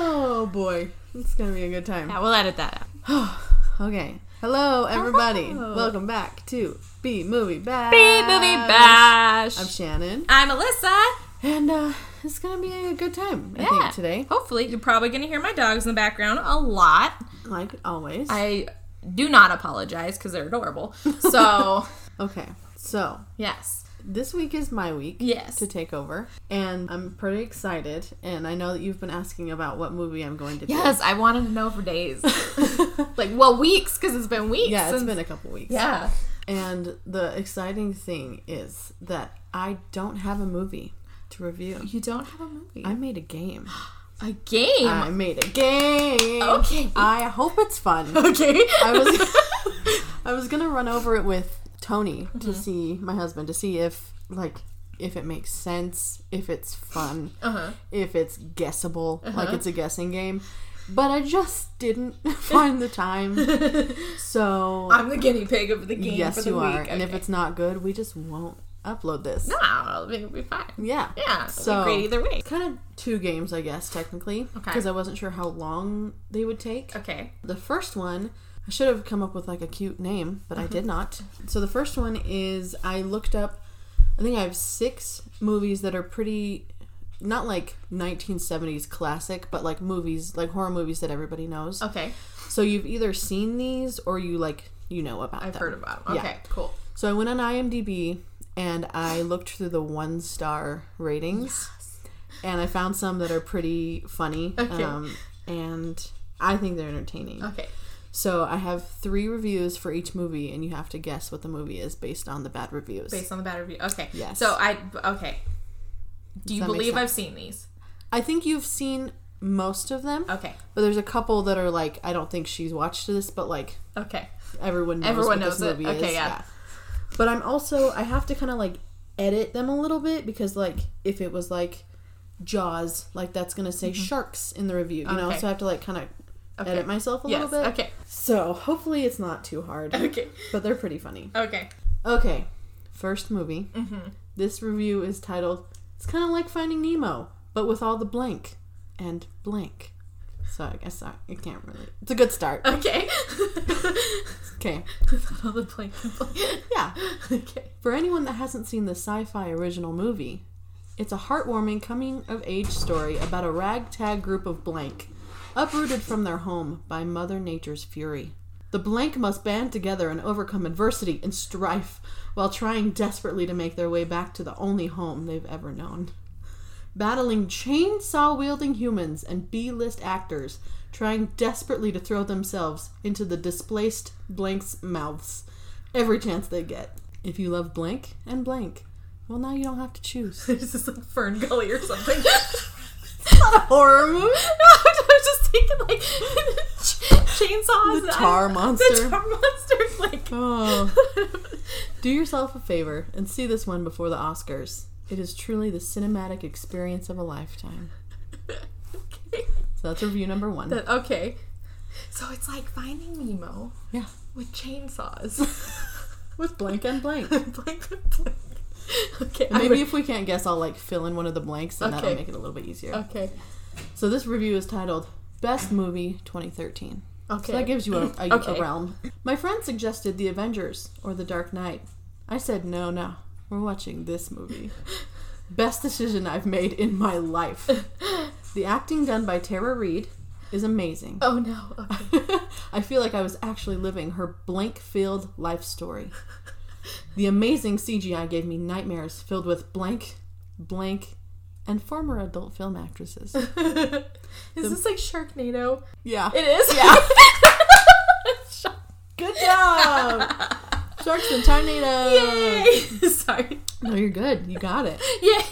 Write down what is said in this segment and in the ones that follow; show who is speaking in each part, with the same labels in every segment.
Speaker 1: Oh, It's gonna be a good time.
Speaker 2: Yeah, we'll edit that out.
Speaker 1: Okay. Hello, everybody.
Speaker 2: Hello.
Speaker 1: Welcome back to B Movie Bash.
Speaker 2: B movie bash.
Speaker 1: I'm Shannon,
Speaker 2: Um, I'm Alyssa.
Speaker 1: and uh, it's gonna be a good time. I
Speaker 2: Yeah.
Speaker 1: think today,
Speaker 2: Hopefully, you're probably gonna hear my dogs in the background a lot.
Speaker 1: like always.
Speaker 2: I do not apologize because they're adorable. So
Speaker 1: okay. So
Speaker 2: yes,
Speaker 1: this week is my week.
Speaker 2: Yes.
Speaker 1: To take over, and I'm pretty excited. And I know that you've been asking about what movie I'm going to
Speaker 2: yes, I wanted to know for days,
Speaker 1: do.
Speaker 2: like well weeks because it's been weeks.
Speaker 1: yeah, it's
Speaker 2: since-
Speaker 1: been a couple weeks.
Speaker 2: yeah.
Speaker 1: And the exciting thing is that I don't have a movie to review.
Speaker 2: You don't have a movie.
Speaker 1: I made a game.
Speaker 2: a game.
Speaker 1: I made a game.
Speaker 2: Okay.
Speaker 1: I hope it's fun.
Speaker 2: okay.
Speaker 1: I was I was gonna run over it with Tony
Speaker 2: Mm-hmm.
Speaker 1: to see my husband to see if like if it makes sense, if it's fun,
Speaker 2: Uh-huh.
Speaker 1: if it's guessable, like it's a guessing game. But I just didn't find the time, so
Speaker 2: I'm the guinea pig of the game. for
Speaker 1: yes,
Speaker 2: the
Speaker 1: you
Speaker 2: week.
Speaker 1: are. And if
Speaker 2: Okay.
Speaker 1: it's not good, we just won't upload this.
Speaker 2: no, it'll be fine.
Speaker 1: Yeah.
Speaker 2: Yeah, so
Speaker 1: So-
Speaker 2: great either way.
Speaker 1: Kind of two games, I guess, technically,
Speaker 2: Okay.
Speaker 1: because I wasn't sure how long they would take.
Speaker 2: Okay.
Speaker 1: The first one, I should have come up with like a cute name, but I did
Speaker 2: Uh-huh.
Speaker 1: not. So the first one is I looked up, I think I have six movies that are pretty, not like 1970s classic, but like movies, like horror movies that everybody knows.
Speaker 2: Okay.
Speaker 1: So you've either seen these or you like, you know about
Speaker 2: I've
Speaker 1: them.
Speaker 2: heard about them.
Speaker 1: Yeah.
Speaker 2: Okay. Cool.
Speaker 1: So I went on IMDb and I looked through the one star ratings, and I found some that are pretty funny.
Speaker 2: Okay. Uh-huh.
Speaker 1: Um, and I think they're entertaining.
Speaker 2: Okay.
Speaker 1: So I have three reviews for each movie, and you have to guess what the movie is based on the bad reviews.
Speaker 2: Based on the bad review. Okay.
Speaker 1: Yes.
Speaker 2: So I okay. Do you
Speaker 1: that make
Speaker 2: believe
Speaker 1: sense?
Speaker 2: I've seen these?
Speaker 1: I think you've seen most of them,
Speaker 2: Okay.
Speaker 1: but there's a couple that are like I don't think she's watched this, but like
Speaker 2: Okay.
Speaker 1: everyone knows
Speaker 2: Everyone
Speaker 1: what this
Speaker 2: knows it.
Speaker 1: movie is.
Speaker 2: Okay, yeah.
Speaker 1: But I'm also I have to kind of like edit them a little bit because like if it was like Jaws, like that's gonna say sharks in the review, you know.
Speaker 2: Mm-hmm. Okay.
Speaker 1: So I have to like kind of
Speaker 2: Okay.
Speaker 1: edit myself a
Speaker 2: Yes.
Speaker 1: little bit.
Speaker 2: Okay.
Speaker 1: So hopefully it's not too hard,
Speaker 2: Okay.
Speaker 1: but they're pretty funny.
Speaker 2: Okay.
Speaker 1: Okay, first movie. This review is titled "It's kind of like Finding Nemo, but with all the blank and blank." So I guess I, I can't really. It's a good start.
Speaker 2: Okay.
Speaker 1: Okay,
Speaker 2: All the blank and blank.
Speaker 1: yeah.
Speaker 2: Okay.
Speaker 1: For anyone that hasn't seen the sci fi original movie, it's a heartwarming coming of age story about a ragtag group of blank, uprooted from their home by Mother Nature's fury. The blank must band together and overcome adversity and strife while trying desperately to make their way back to the only home they've ever known. Battling chainsaw wielding humans and B list actors, trying desperately to throw themselves into the displaced blank's mouths every chance they get. If you love blank and blank, well, now you don't have to choose.
Speaker 2: This is like Fern Gully or something.
Speaker 1: Horror movie?
Speaker 2: No, I was just thinking like chainsaws.
Speaker 1: The tar
Speaker 2: I- The
Speaker 1: monster.
Speaker 2: tar monster. Like.
Speaker 1: Oh. Do yourself a favor and see this one before the Oscars. It is truly the cinematic experience of a lifetime.
Speaker 2: okay.
Speaker 1: So that's review number one.
Speaker 2: That- okay. So it's like Finding Nemo
Speaker 1: yeah.
Speaker 2: with chainsaws.
Speaker 1: With blank and blank.
Speaker 2: blank with blank. Okay. I
Speaker 1: Maybe
Speaker 2: would-
Speaker 1: if we can't guess, I'll like fill in one of the blanks and
Speaker 2: Okay.
Speaker 1: that'll make it a little bit easier.
Speaker 2: Okay.
Speaker 1: So this review is titled Best Movie 2013.
Speaker 2: Okay.
Speaker 1: So that gives you a, a,
Speaker 2: Okay.
Speaker 1: a realm. My friend suggested The Avengers or The Dark Knight. I said, no, no. We're watching this movie. Best decision I've made in my life. the acting done by Tara Reid is amazing.
Speaker 2: oh no. Okay.
Speaker 1: I feel like I was actually living her blank filled life story. The amazing CGI gave me nightmares filled with blank, blank, and former adult film actresses.
Speaker 2: Is this like Sharknado?
Speaker 1: Yeah.
Speaker 2: It is.
Speaker 1: Yeah.
Speaker 2: Shark-
Speaker 1: Good job! Sharks and tornadoes!
Speaker 2: Yay! Sorry.
Speaker 1: No, you're good. You got it.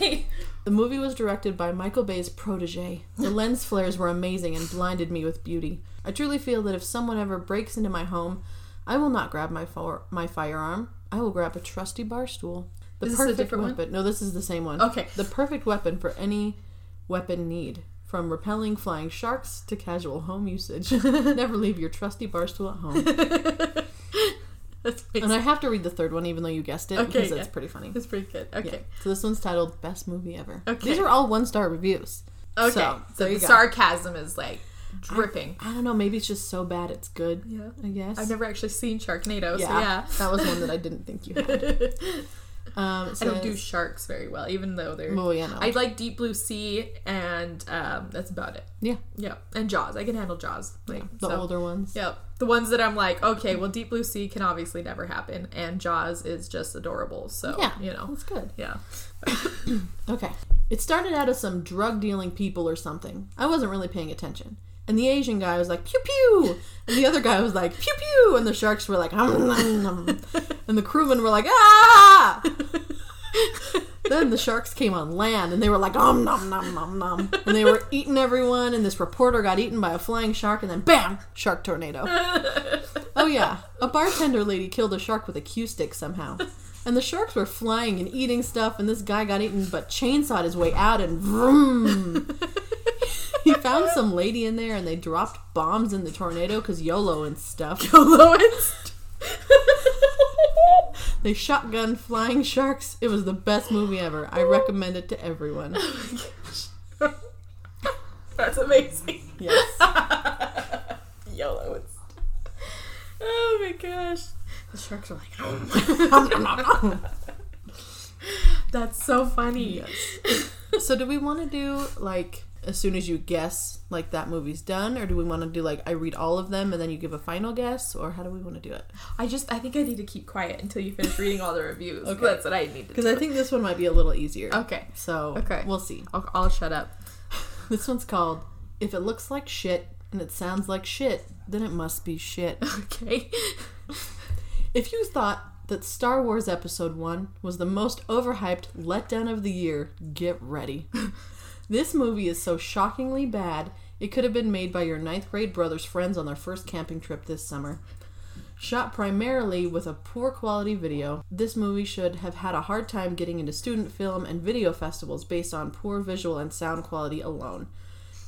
Speaker 2: Yay!
Speaker 1: The movie was directed by Michael Bay's protege. The lens flares were amazing and blinded me with beauty. I truly feel that if someone ever breaks into my home, I will not grab my for- my firearm. I will grab a trusty bar stool. The
Speaker 2: Is this a
Speaker 1: perfect
Speaker 2: different one?
Speaker 1: weapon. No, this is the same one.
Speaker 2: Okay.
Speaker 1: The perfect weapon for any weapon need. From repelling flying sharks to casual home usage. Never leave your trusty bar stool at home.
Speaker 2: That's pretty,
Speaker 1: And I have to read the third one even though you guessed it
Speaker 2: Okay,
Speaker 1: because it's
Speaker 2: yeah.
Speaker 1: pretty funny.
Speaker 2: that's pretty good. Okay.
Speaker 1: Yeah. So this one's titled Best Movie Ever.
Speaker 2: Okay.
Speaker 1: These are all one star reviews.
Speaker 2: Okay.
Speaker 1: So,
Speaker 2: So,
Speaker 1: there you
Speaker 2: the
Speaker 1: go.
Speaker 2: sarcasm is like dripping.
Speaker 1: I don't know. Maybe it's just so bad it's good.
Speaker 2: Yeah.
Speaker 1: I guess.
Speaker 2: I've never actually seen Sharknado,
Speaker 1: yeah,
Speaker 2: so yeah.
Speaker 1: that was one that I didn't think you had. Um, it
Speaker 2: I don't do
Speaker 1: says-
Speaker 2: sharks very well, even though they're.
Speaker 1: Well, yeah, no.
Speaker 2: I like Deep Blue Sea, and um, that's about it.
Speaker 1: yeah,
Speaker 2: Yeah, and Jaws. I can handle Jaws. Like
Speaker 1: the
Speaker 2: so.
Speaker 1: older ones.
Speaker 2: Yep, the ones that I'm like, okay, well, Deep Blue Sea can obviously never happen, and Jaws is just adorable. So
Speaker 1: Yeah.
Speaker 2: you
Speaker 1: Oh,
Speaker 2: know,
Speaker 1: That's good.
Speaker 2: yeah,
Speaker 1: Okay. It started out as some drug dealing people or something. I wasn't really paying attention. And the Asian guy was like, pew pew! And the other guy was like, pew pew! And the sharks were like, "Om, nom, nom." and the crewmen were like, ah! then the sharks came on land and they were like, om nom nom nom nom. And they were eating everyone, and this reporter got eaten by a flying shark, and then bam! Shark tornado. oh, yeah. A bartender lady killed a shark with a cue stick somehow. And the sharks were flying and eating stuff, and this guy got eaten but chainsawed his way out and vroom! he found some lady in there, and they dropped bombs in the tornado because YOLO and stuff.
Speaker 2: lowest.
Speaker 1: They shotgun flying sharks. It was the best movie ever. I recommend it to everyone.
Speaker 2: That's amazing.
Speaker 1: Yes.
Speaker 2: Yellow. It's... Oh my gosh. The sharks are like, "Oh, that's so funny.
Speaker 1: So do we want to do like as soon as you guess like that movie's done or do we want to do like I read all of them and then you give a final guess or how do we want to do it?
Speaker 2: I just, I think I need to keep quiet until you finish reading all the reviews.
Speaker 1: Okay.
Speaker 2: That's what I need to
Speaker 1: Cuz
Speaker 2: do.
Speaker 1: I think this one might be a little easier.
Speaker 2: Okay.
Speaker 1: So
Speaker 2: Okay.
Speaker 1: we'll see.
Speaker 2: I'll, I'll shut up.
Speaker 1: This one's called If It Looks Like Shit and It Sounds Like Shit, then it must be shit.
Speaker 2: Okay.
Speaker 1: If you thought that Star Wars Episode 1 was the most overhyped letdown of the year, get ready. this movie is so shockingly bad, it could have been made by your ninth grade brother's friends on their first camping trip this summer. Shot primarily with a poor quality video, this movie should have had a hard time getting into student film and video festivals based on poor visual and sound quality alone.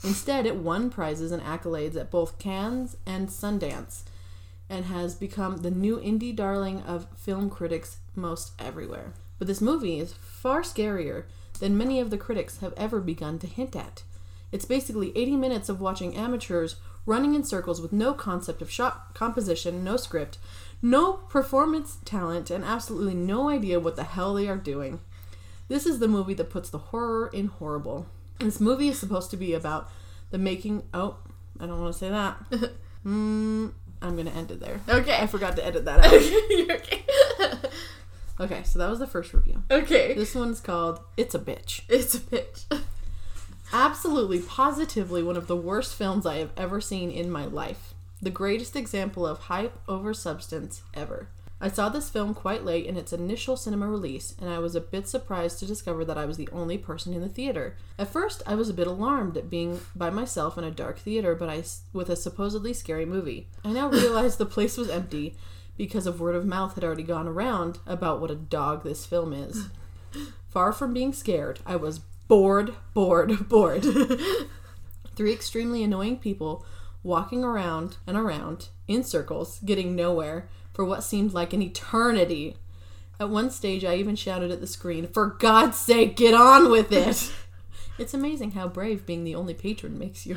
Speaker 1: Instead, it won prizes and accolades at both Cannes and Sundance and has become the new indie darling of film critics most everywhere. But this movie is far scarier than many of the critics have ever begun to hint at. It's basically 80 minutes of watching amateurs running in circles with no concept of shot composition, no script, no performance talent, and absolutely no idea what the hell they are doing. This is the movie that puts the horror in horrible. This movie is supposed to be about the making. Oh, I don't want to say that. mm, I'm going to end it there. I
Speaker 2: Okay.
Speaker 1: forgot to edit that out.
Speaker 2: okay.
Speaker 1: Okay, so that was the first review.
Speaker 2: Okay.
Speaker 1: This one's called It's a Bitch.
Speaker 2: It's a bitch.
Speaker 1: Absolutely, positively one of the worst films I have ever seen in my life. The greatest example of hype over substance ever. I saw this film quite late in its initial cinema release, and I was a bit surprised to discover that I was the only person in the theater. At first, I was a bit alarmed at being by myself in a dark theater, but I s- with a supposedly scary movie. I now realized the place was empty because of word of mouth had already gone around about what a dog this film is. Far from being scared, I was bored, bored, bored. Three extremely annoying people walking around and around in circles, getting nowhere for what seemed like an eternity. At one stage, I even shouted at the screen, For God's sake, get on with it! it's amazing how brave being the only patron makes you.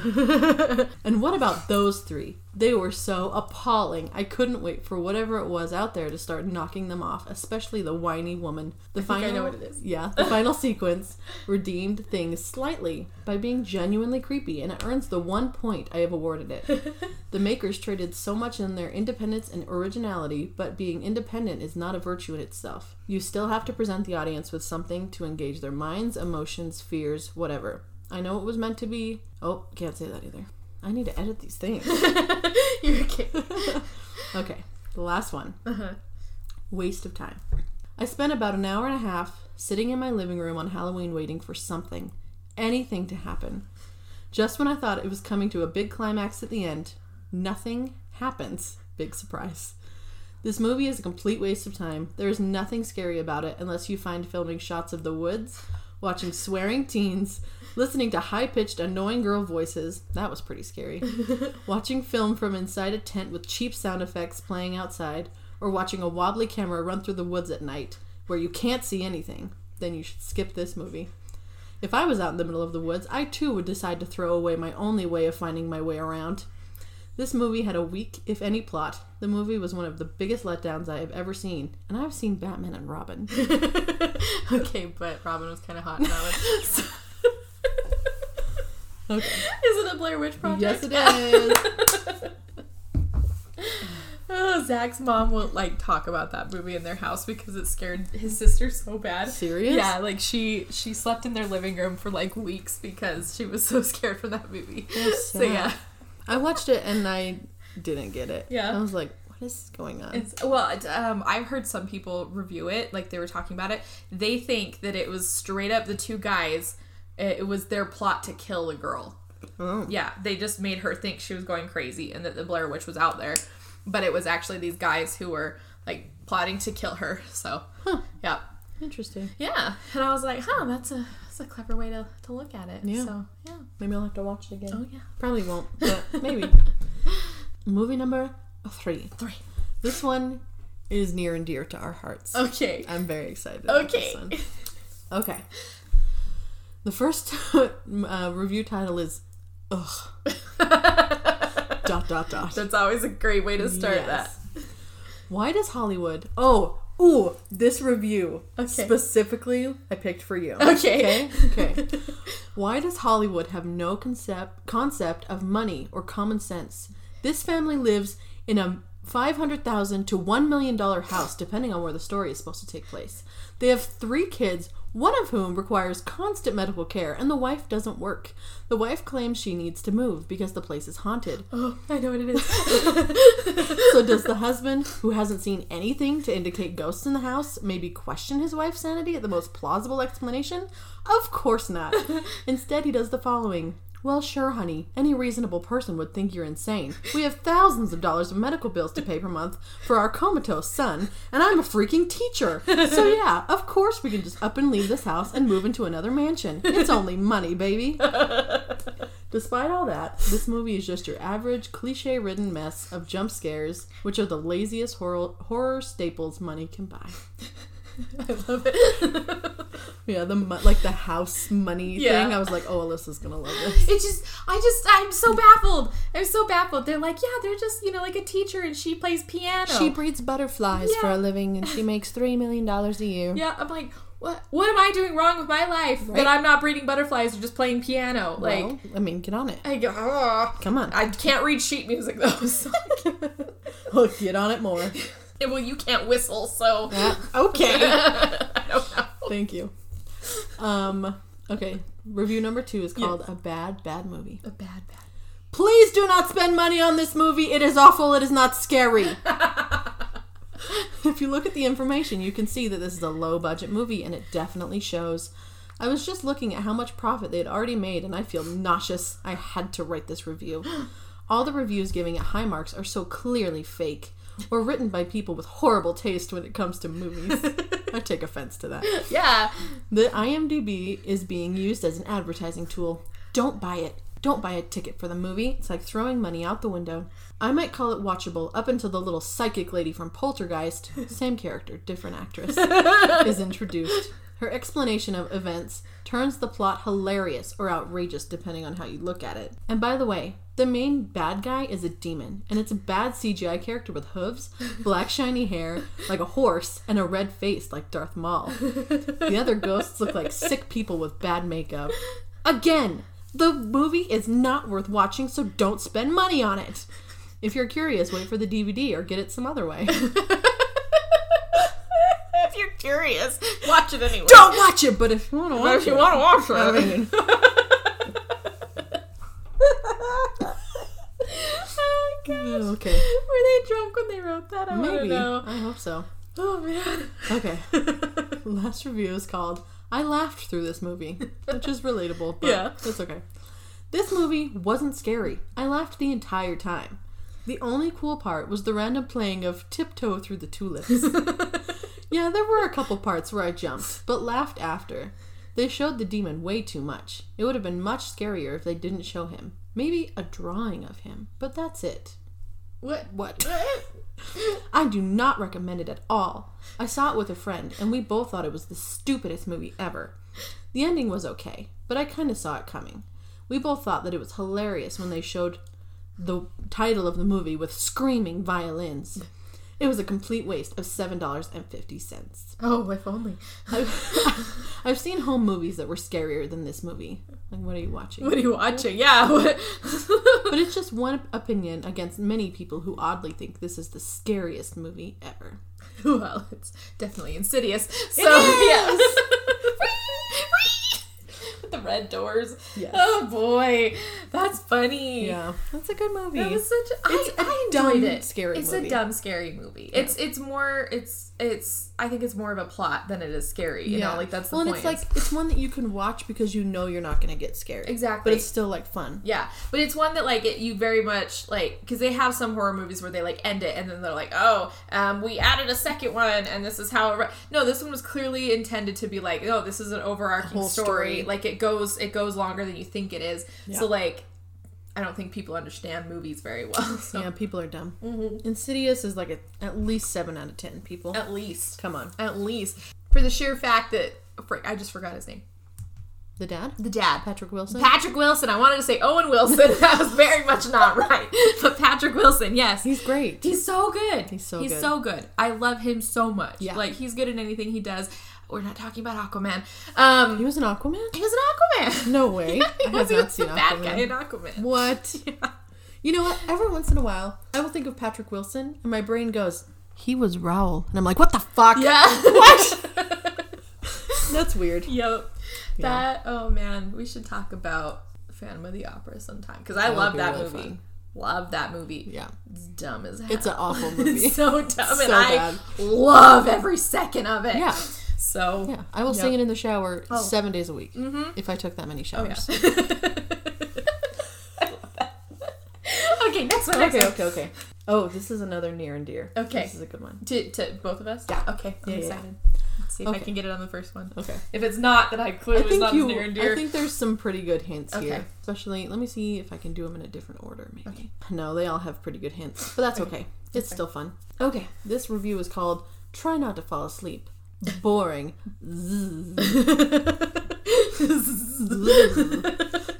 Speaker 1: and what about those three? They were so appalling. I couldn't wait for whatever it was out there to start knocking them off, especially the whiny woman. The
Speaker 2: I
Speaker 1: final,
Speaker 2: know what it is.
Speaker 1: yeah, the final sequence redeemed things slightly by being genuinely creepy, and it earns the one point I have awarded it. the makers traded so much in their independence and originality, but being independent is not a virtue in itself. You still have to present the audience with something to engage their minds, emotions, fears, whatever. I know it was meant to be. Oh, can't say that either. I need to edit these things.
Speaker 2: You're okay.
Speaker 1: Okay, the last one.
Speaker 2: Uh-huh.
Speaker 1: Waste of time. I spent about an hour and a half sitting in my living room on Halloween waiting for something, anything to happen. Just when I thought it was coming to a big climax at the end, nothing happens. Big surprise. This movie is a complete waste of time. There is nothing scary about it unless you find filming shots of the woods, watching swearing teens, listening to high pitched, annoying girl voices. That was pretty scary. watching film from inside a tent with cheap sound effects playing outside, or watching a wobbly camera run through the woods at night where you can't see anything. Then you should skip this movie. If I was out in the middle of the woods, I too would decide to throw away my only way of finding my way around. This movie had a weak, if any, plot. The movie was one of the biggest letdowns I have ever seen, and I've seen Batman and Robin.
Speaker 2: okay, but Robin was kind of hot in that one. So-
Speaker 1: Okay.
Speaker 2: Is it a Blair Witch Project?
Speaker 1: Yes, it is.
Speaker 2: Oh, Zach's mom won't like talk about that movie in their house because it scared his sister so bad.
Speaker 1: Serious?
Speaker 2: Yeah, like she she slept in their living room for like weeks because she was so scared from that movie.
Speaker 1: That's
Speaker 2: So
Speaker 1: sad.
Speaker 2: yeah,
Speaker 1: I watched it and I didn't get it.
Speaker 2: Yeah.
Speaker 1: I was like, what is going on?
Speaker 2: it's well, it- um, I've heard some people review it, like they were talking about it. They think that it was straight up the two guys. eh, It it was their plot to kill the girl.
Speaker 1: Oh.
Speaker 2: Yeah, they just made her think she was going crazy and that the Blair Witch was out there. But it was actually these guys who were like plotting to kill her. So, yeah.
Speaker 1: Interesting.
Speaker 2: Yeah. And I was like, huh, that's a that's a clever way to, to look at it.
Speaker 1: Yeah.
Speaker 2: So, yeah.
Speaker 1: Maybe I'll have to watch it again.
Speaker 2: Oh, yeah.
Speaker 1: Probably won't, but maybe. Movie number three.
Speaker 2: Three.
Speaker 1: This one is near and dear to our hearts.
Speaker 2: Okay.
Speaker 1: I'm very excited. about
Speaker 2: Okay.
Speaker 1: this one. Okay. The first uh, review title is Ugh. dot dot dot.
Speaker 2: That's always a great way to start that.
Speaker 1: Yes. Why does Hollywood? Oh, ooh, this review
Speaker 2: Okay.
Speaker 1: specifically I picked for you.
Speaker 2: Okay.
Speaker 1: Okay. okay. Why does Hollywood have no concept concept of money or common sense? This family lives in a five hundred thousand to one million dollar house, depending on where the story is supposed to take place. They have three kids, one of whom requires constant medical care, and the wife doesn't work. The wife claims she needs to move because the place is haunted.
Speaker 2: Oh, I know what it is.
Speaker 1: So does the husband, who hasn't seen anything to indicate ghosts in the house, maybe question his wife's sanity at the most plausible explanation? Of course not. Instead, he does the following. Well, sure, honey. Any reasonable person would think you're insane. We have thousands of dollars of medical bills to pay per month for our comatose son, and I'm a freaking teacher. So, yeah, of course we can just up and leave this house and move into another mansion. It's only money, baby. Despite all that, this movie is just your average cliche ridden mess of jump scares, which are the laziest horror, horror staples money can buy.
Speaker 2: I love it.
Speaker 1: Yeah, the mo- like the house money
Speaker 2: Yeah.
Speaker 1: thing. I was like, oh, Alyssa's gonna love this.
Speaker 2: It just, I just, I'm so baffled. I'm so baffled. They're like, yeah, they're just, you know, like a teacher and she plays piano.
Speaker 1: She breeds butterflies for
Speaker 2: Yeah.
Speaker 1: a living, and she makes three million dollars a year.
Speaker 2: Yeah, I'm like, what? What am I doing wrong with my life
Speaker 1: Right.
Speaker 2: that I'm not breeding butterflies or just playing piano?
Speaker 1: Well,
Speaker 2: like,
Speaker 1: I mean, get on it.
Speaker 2: I go, "Ah."
Speaker 1: Come on,
Speaker 2: I can't read sheet music though. So.
Speaker 1: oh, get on it more.
Speaker 2: Yeah, well, you can't whistle, so
Speaker 1: Yeah, okay,
Speaker 2: I don't know.
Speaker 1: thank you. Um, okay. Review number two is called "A Bad Bad Movie."
Speaker 2: A bad, bad.
Speaker 1: Please do not spend money on this movie. It is awful. It is not scary. if you look at the information, you can see that this is a low budget movie, and it definitely shows. I was just looking at how much profit they had already made, and I feel nauseous. I had to write this review. All the reviews giving it high marks are so clearly fake or written by people with horrible taste when it comes to movies. I take offense to that.
Speaker 2: Yeah,
Speaker 1: The IMDb is being used as an advertising tool. Don't buy it. Don't buy a ticket for the movie. It's like throwing money out the window. I might call it watchable up until the little psychic lady from Poltergeist, same character, different actress, is introduced. Her explanation of events turns the plot hilarious or outrageous depending on how you look at it. And by the way, the main bad guy is a demon, and it's a bad CGI character with hooves, black shiny hair, like a horse, and a red face like Darth Maul. The other ghosts look like sick people with bad makeup. Again, the movie is not worth watching, so don't spend money on it. If you're curious, wait for the DVD or get it some other way.
Speaker 2: if you're curious, watch it anyway.
Speaker 1: Don't watch it, but if you want to
Speaker 2: But
Speaker 1: watch
Speaker 2: if you
Speaker 1: it,
Speaker 2: want to watch
Speaker 1: I
Speaker 2: it,
Speaker 1: mean,
Speaker 2: oh my gosh.
Speaker 1: Mm, okay.
Speaker 2: Were they drunk when they wrote that? I want to
Speaker 1: maybe.
Speaker 2: know.
Speaker 1: I hope so.
Speaker 2: Oh man.
Speaker 1: Okay. Last review is called I laughed through this movie, which is relatable, but
Speaker 2: Yeah.
Speaker 1: it's okay. This movie wasn't scary. I laughed the entire time. The only cool part was the random playing of Tiptoe Through the Tulips. yeah, there were a couple parts where I jumped, but laughed after. They showed the demon way too much. It would have been much scarier if they didn't show him. Maybe a drawing of him, but that's it. What? What? I do not recommend it at all. I saw it with a friend, and we both thought it was the stupidest movie ever. The ending was okay, but I kind of saw it coming. We both thought that it was hilarious when they showed the title of the movie with screaming violins. It was a complete waste of $7.50.
Speaker 2: Oh, if only.
Speaker 1: I've, I've seen home movies that were scarier than this movie. Like, what are you watching?
Speaker 2: What are you watching? Yeah. what-
Speaker 1: But it's just one opinion against many people who oddly think this is the scariest movie ever.
Speaker 2: well, it's definitely insidious. So,
Speaker 1: is!
Speaker 2: yes. With the red doors.
Speaker 1: Yes.
Speaker 2: Oh, boy. That's funny.
Speaker 1: that's a good movie.
Speaker 2: That was such. I-
Speaker 1: It's a
Speaker 2: I
Speaker 1: dumb,
Speaker 2: enjoyed it.
Speaker 1: scary
Speaker 2: It's
Speaker 1: movie.
Speaker 2: a dumb, scary movie. It's it's more. It's it's. I think it's more of a plot than it is scary. You know, like that's the
Speaker 1: well,
Speaker 2: point.
Speaker 1: and it's like it's one that you can watch because you know you're not going to get scared.
Speaker 2: exactly.
Speaker 1: But it's still like fun.
Speaker 2: yeah, but it's one that like it, you very much like because they have some horror movies where they like end it and then they're like, oh, um, we added a second one and this is how. It ri-" No, this one was clearly intended to be like, oh, this is an overarching
Speaker 1: whole
Speaker 2: story.
Speaker 1: story.
Speaker 2: Like it goes, it goes longer than you think it is.
Speaker 1: Yeah.
Speaker 2: So like, I don't think people understand movies very well. So
Speaker 1: Yeah, people are dumb.
Speaker 2: Mm-hmm.
Speaker 1: Insidious is like a, at least seven out of ten people.
Speaker 2: at least
Speaker 1: Come on,
Speaker 2: at least for the sheer fact that frick, I just forgot his name.
Speaker 1: the dad,
Speaker 2: The dad,
Speaker 1: Patrick Wilson.
Speaker 2: Patrick Wilson. I wanted to say Owen Wilson. That was very much not right, but Patrick Wilson. Yes,
Speaker 1: He's great.
Speaker 2: he's so good. He's
Speaker 1: so
Speaker 2: he's
Speaker 1: good.
Speaker 2: so good. I love him so much.
Speaker 1: Yeah.
Speaker 2: like he's good in anything he does. We're not talking about Aquaman. Um,
Speaker 1: He was an Aquaman.
Speaker 2: he was an Aquaman.
Speaker 1: No way.
Speaker 2: he
Speaker 1: I
Speaker 2: was,
Speaker 1: have
Speaker 2: he
Speaker 1: not
Speaker 2: was
Speaker 1: seen
Speaker 2: the bad
Speaker 1: Aquaman.
Speaker 2: guy in Aquaman.
Speaker 1: What?
Speaker 2: Yeah.
Speaker 1: You know what? Every once in a while, I will think of Patrick Wilson, and my brain goes, "He was Raoul," and I'm like, "What the fuck?"
Speaker 2: Yeah.
Speaker 1: That's weird.
Speaker 2: Yep.
Speaker 1: Yeah.
Speaker 2: That oh man, we should talk about Phantom of the Opera sometime because I
Speaker 1: would
Speaker 2: love
Speaker 1: be
Speaker 2: that
Speaker 1: really
Speaker 2: movie.
Speaker 1: fun.
Speaker 2: Love that movie.
Speaker 1: Yeah,
Speaker 2: It's dumb as hell.
Speaker 1: it's an awful
Speaker 2: It's
Speaker 1: movie.
Speaker 2: so dumb and
Speaker 1: so
Speaker 2: I
Speaker 1: bad.
Speaker 2: love every second of it.
Speaker 1: Yeah.
Speaker 2: So
Speaker 1: yeah, I will
Speaker 2: Yep.
Speaker 1: sing it in the shower
Speaker 2: Oh.
Speaker 1: seven days a week if I took that many
Speaker 2: Oh, yeah.
Speaker 1: showers.
Speaker 2: I love that. Okay, next one. Next
Speaker 1: Oh, Okay,
Speaker 2: one.
Speaker 1: okay, okay. Oh, this is another near and dear.
Speaker 2: Okay.
Speaker 1: this is a good one.
Speaker 2: To, to both of us?
Speaker 1: Yeah.
Speaker 2: Okay. I'm
Speaker 1: Yeah, yeah, yeah.
Speaker 2: excited. Let's see if I
Speaker 1: Okay.
Speaker 2: can get it on the first one.
Speaker 1: Okay,
Speaker 2: If it's not, then I
Speaker 1: I
Speaker 2: clearly was
Speaker 1: think
Speaker 2: not
Speaker 1: you.
Speaker 2: as near and dear.
Speaker 1: I think there's some pretty good hints
Speaker 2: Okay.
Speaker 1: here, especially. Let me see if I can do them in a different order. Maybe.
Speaker 2: Okay.
Speaker 1: No, they all have pretty good hints, but that's okay. It's
Speaker 2: fine.
Speaker 1: still fun. Okay, this review is called "Try Not to Fall Asleep." Boring.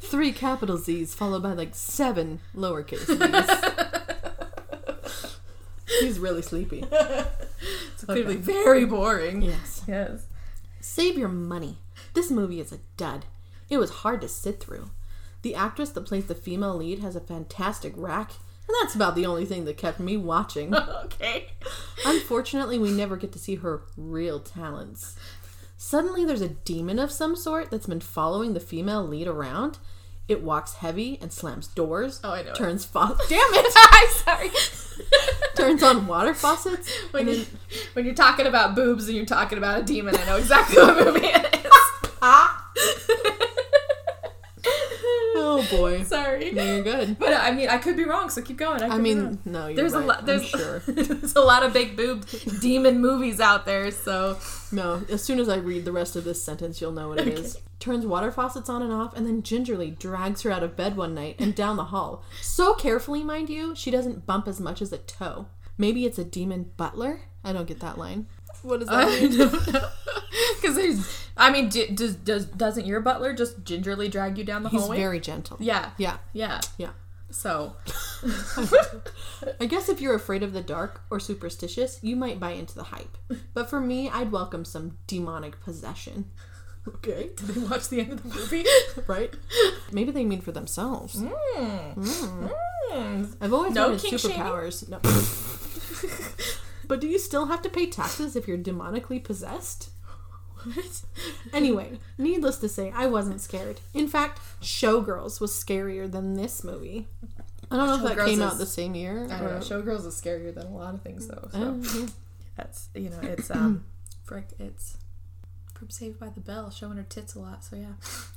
Speaker 1: Three capital Z's followed by like seven lowercase Z's. He's really sleepy.
Speaker 2: it's clearly very boring.
Speaker 1: Yes.
Speaker 2: Yes.
Speaker 1: Save your money. This movie is a dud. It was hard to sit through. The actress that plays the female lead has a fantastic rack, and that's about the only thing that kept me watching.
Speaker 2: Okay.
Speaker 1: Unfortunately, we never get to see her real talents. Suddenly, there's a demon of some sort that's been following the female lead around. It walks heavy and slams doors.
Speaker 2: Oh, I know it.
Speaker 1: Turns fauc- Damn it!
Speaker 2: I'm sorry.
Speaker 1: turns on water faucets.
Speaker 2: when,
Speaker 1: and
Speaker 2: you,
Speaker 1: then-
Speaker 2: when you're talking about boobs and you're talking about a demon, I know exactly what movie it is.
Speaker 1: ah! Oh boy.
Speaker 2: sorry.
Speaker 1: No, you're good.
Speaker 2: But I mean, I could be wrong, so keep going. I, could
Speaker 1: I
Speaker 2: be
Speaker 1: mean,
Speaker 2: wrong.
Speaker 1: no, you're
Speaker 2: there's
Speaker 1: right.
Speaker 2: a lot. There's,
Speaker 1: I'm sure.
Speaker 2: there's a lot of big boobed demon movies out there. So
Speaker 1: No, as soon as I read the rest of this sentence, you'll know what it is. Turns water faucets on and off, and then gingerly drags her out of bed one night and down the hall. So carefully, mind you, she doesn't bump as much as a toe. Maybe it's a demon butler? I don't get that line. What does that mean?
Speaker 2: because there's, I mean, d- does, does doesn't your butler just gingerly drag you down the
Speaker 1: He's
Speaker 2: hallway?
Speaker 1: very gentle.
Speaker 2: yeah,
Speaker 1: Yeah.
Speaker 2: yeah.
Speaker 1: Yeah.
Speaker 2: So
Speaker 1: I guess if you're afraid of the dark or superstitious, you might buy into the hype. But for me, I'd welcome some demonic possession. Okay.
Speaker 2: did they watch the end of the movie?
Speaker 1: Right? Maybe they mean for themselves.
Speaker 2: Hmm.
Speaker 1: I've always
Speaker 2: No
Speaker 1: wanted
Speaker 2: kink shaming?
Speaker 1: superpowers. No. but do you still have to pay taxes if you're demonically possessed? Anyway, needless to say, I wasn't scared. In fact, Showgirls was scarier than this movie. I don't know if that
Speaker 2: Showgirls
Speaker 1: came
Speaker 2: is-
Speaker 1: out the same year.
Speaker 2: I don't know.
Speaker 1: or-
Speaker 2: Showgirls is scarier than a lot of things, though. So
Speaker 1: Oh, yeah.
Speaker 2: that's you know, it's um, frick, it's from Saved by the Bell, showing her tits a lot. So yeah,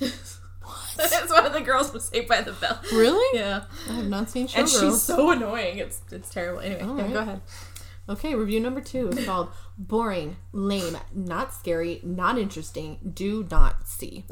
Speaker 2: that's one of the girls from Saved by the Bell.
Speaker 1: Really?
Speaker 2: Yeah,
Speaker 1: I have not seen
Speaker 2: and she's
Speaker 1: Showgirls.
Speaker 2: so annoying. It's it's terrible. Anyway,
Speaker 1: All
Speaker 2: yeah,
Speaker 1: right.
Speaker 2: go ahead.
Speaker 1: Okay, review number two is called Boring, Lame, Not Scary, Not Interesting, Do Not See.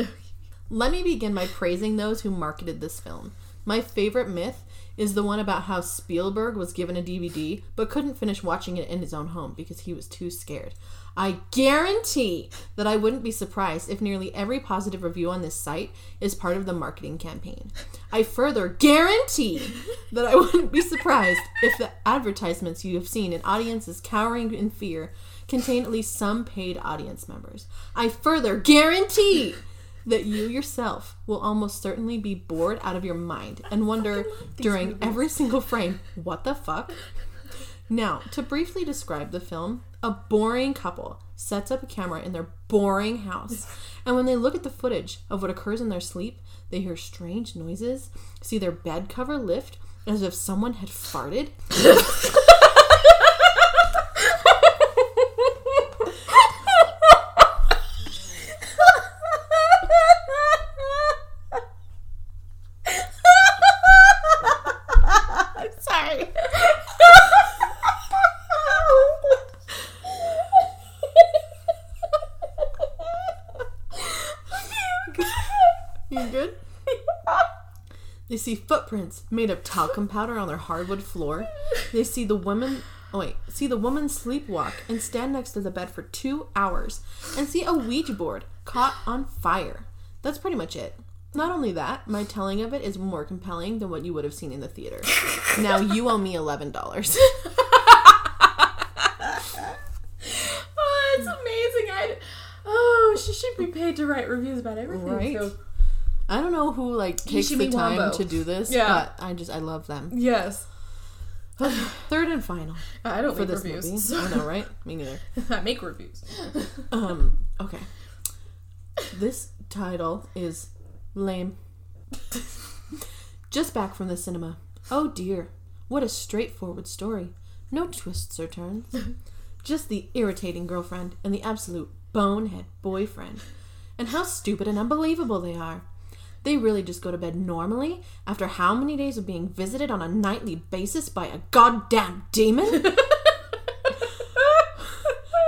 Speaker 1: Let me begin by praising those who marketed this film. My favorite myth is the one about how Spielberg was given a DVD but couldn't finish watching it in his own home because he was too scared. I guarantee that I wouldn't be surprised if nearly every positive review on this site is part of the marketing campaign. I further guarantee that I wouldn't be surprised if the advertisements you have seen and audiences cowering in fear contain at least some paid audience members. I further guarantee that you yourself will almost certainly be bored out of your mind and wonder during every single frame, what the fuck? Now, to briefly describe the film, a boring couple sets up a camera in their boring house, and when they look at the footage of what occurs in their sleep, they hear strange noises, see their bed cover lift as if someone had farted,
Speaker 2: I'm sorry. Oh,
Speaker 1: You good? they see footprints made of talcum powder on their hardwood floor. They see the woman. Oh wait, see the woman sleepwalk and stand next to the bed for two hours, and see a Ouija board caught on fire. That's pretty much it. Not only that, my telling of it is more compelling than what you would have seen in the theater. now you owe me eleven dollars.
Speaker 2: oh, it's amazing. I, oh, she should be paid to write reviews about everything.
Speaker 1: Right?
Speaker 2: So.
Speaker 1: I don't know who like takes
Speaker 2: should
Speaker 1: the
Speaker 2: be
Speaker 1: time
Speaker 2: Wombo.
Speaker 1: to do this,
Speaker 2: Yeah.
Speaker 1: but I just I love them.
Speaker 2: Yes.
Speaker 1: Third and final
Speaker 2: I don't
Speaker 1: for
Speaker 2: make
Speaker 1: this
Speaker 2: reviews.
Speaker 1: movie. I know, right? Me neither.
Speaker 2: I make reviews.
Speaker 1: Um, okay. This title is lame. Just back from the cinema. Oh dear. What a straightforward story. No twists or turns. Just the irritating girlfriend and the absolute bonehead boyfriend. And how stupid and unbelievable they are. They really just go to bed normally after how many days of being visited on a nightly basis by a goddamn demon?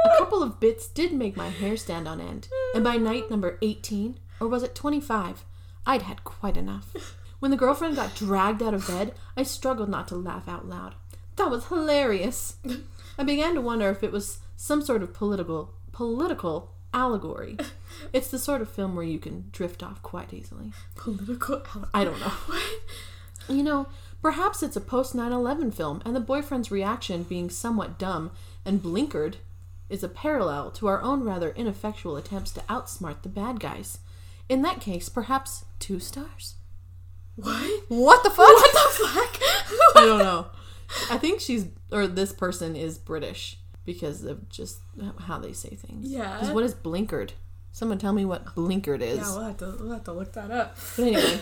Speaker 1: A couple of bits did make my hair stand on end, and by night number 18, or was it 25, I'd had quite enough. When the girlfriend got dragged out of bed, I struggled not to laugh out loud. That was hilarious. I began to wonder if it was some sort of political political allegory. It's the sort of film where you can drift off quite easily.
Speaker 2: Political out.
Speaker 1: I don't know. You know, perhaps it's a post 9 11 film, and the boyfriend's reaction being somewhat dumb and blinkered is a parallel to our own rather ineffectual attempts to outsmart the bad guys. In that case, perhaps two stars.
Speaker 2: What?
Speaker 1: What the fuck?
Speaker 2: What the fuck?
Speaker 1: I don't know. I think she's, or this person is British because of just how they say things.
Speaker 2: Yeah.
Speaker 1: Because what is blinkered? Someone tell me what blinkered is.
Speaker 2: Yeah, we'll have, to, we'll have to look that up.
Speaker 1: But anyway,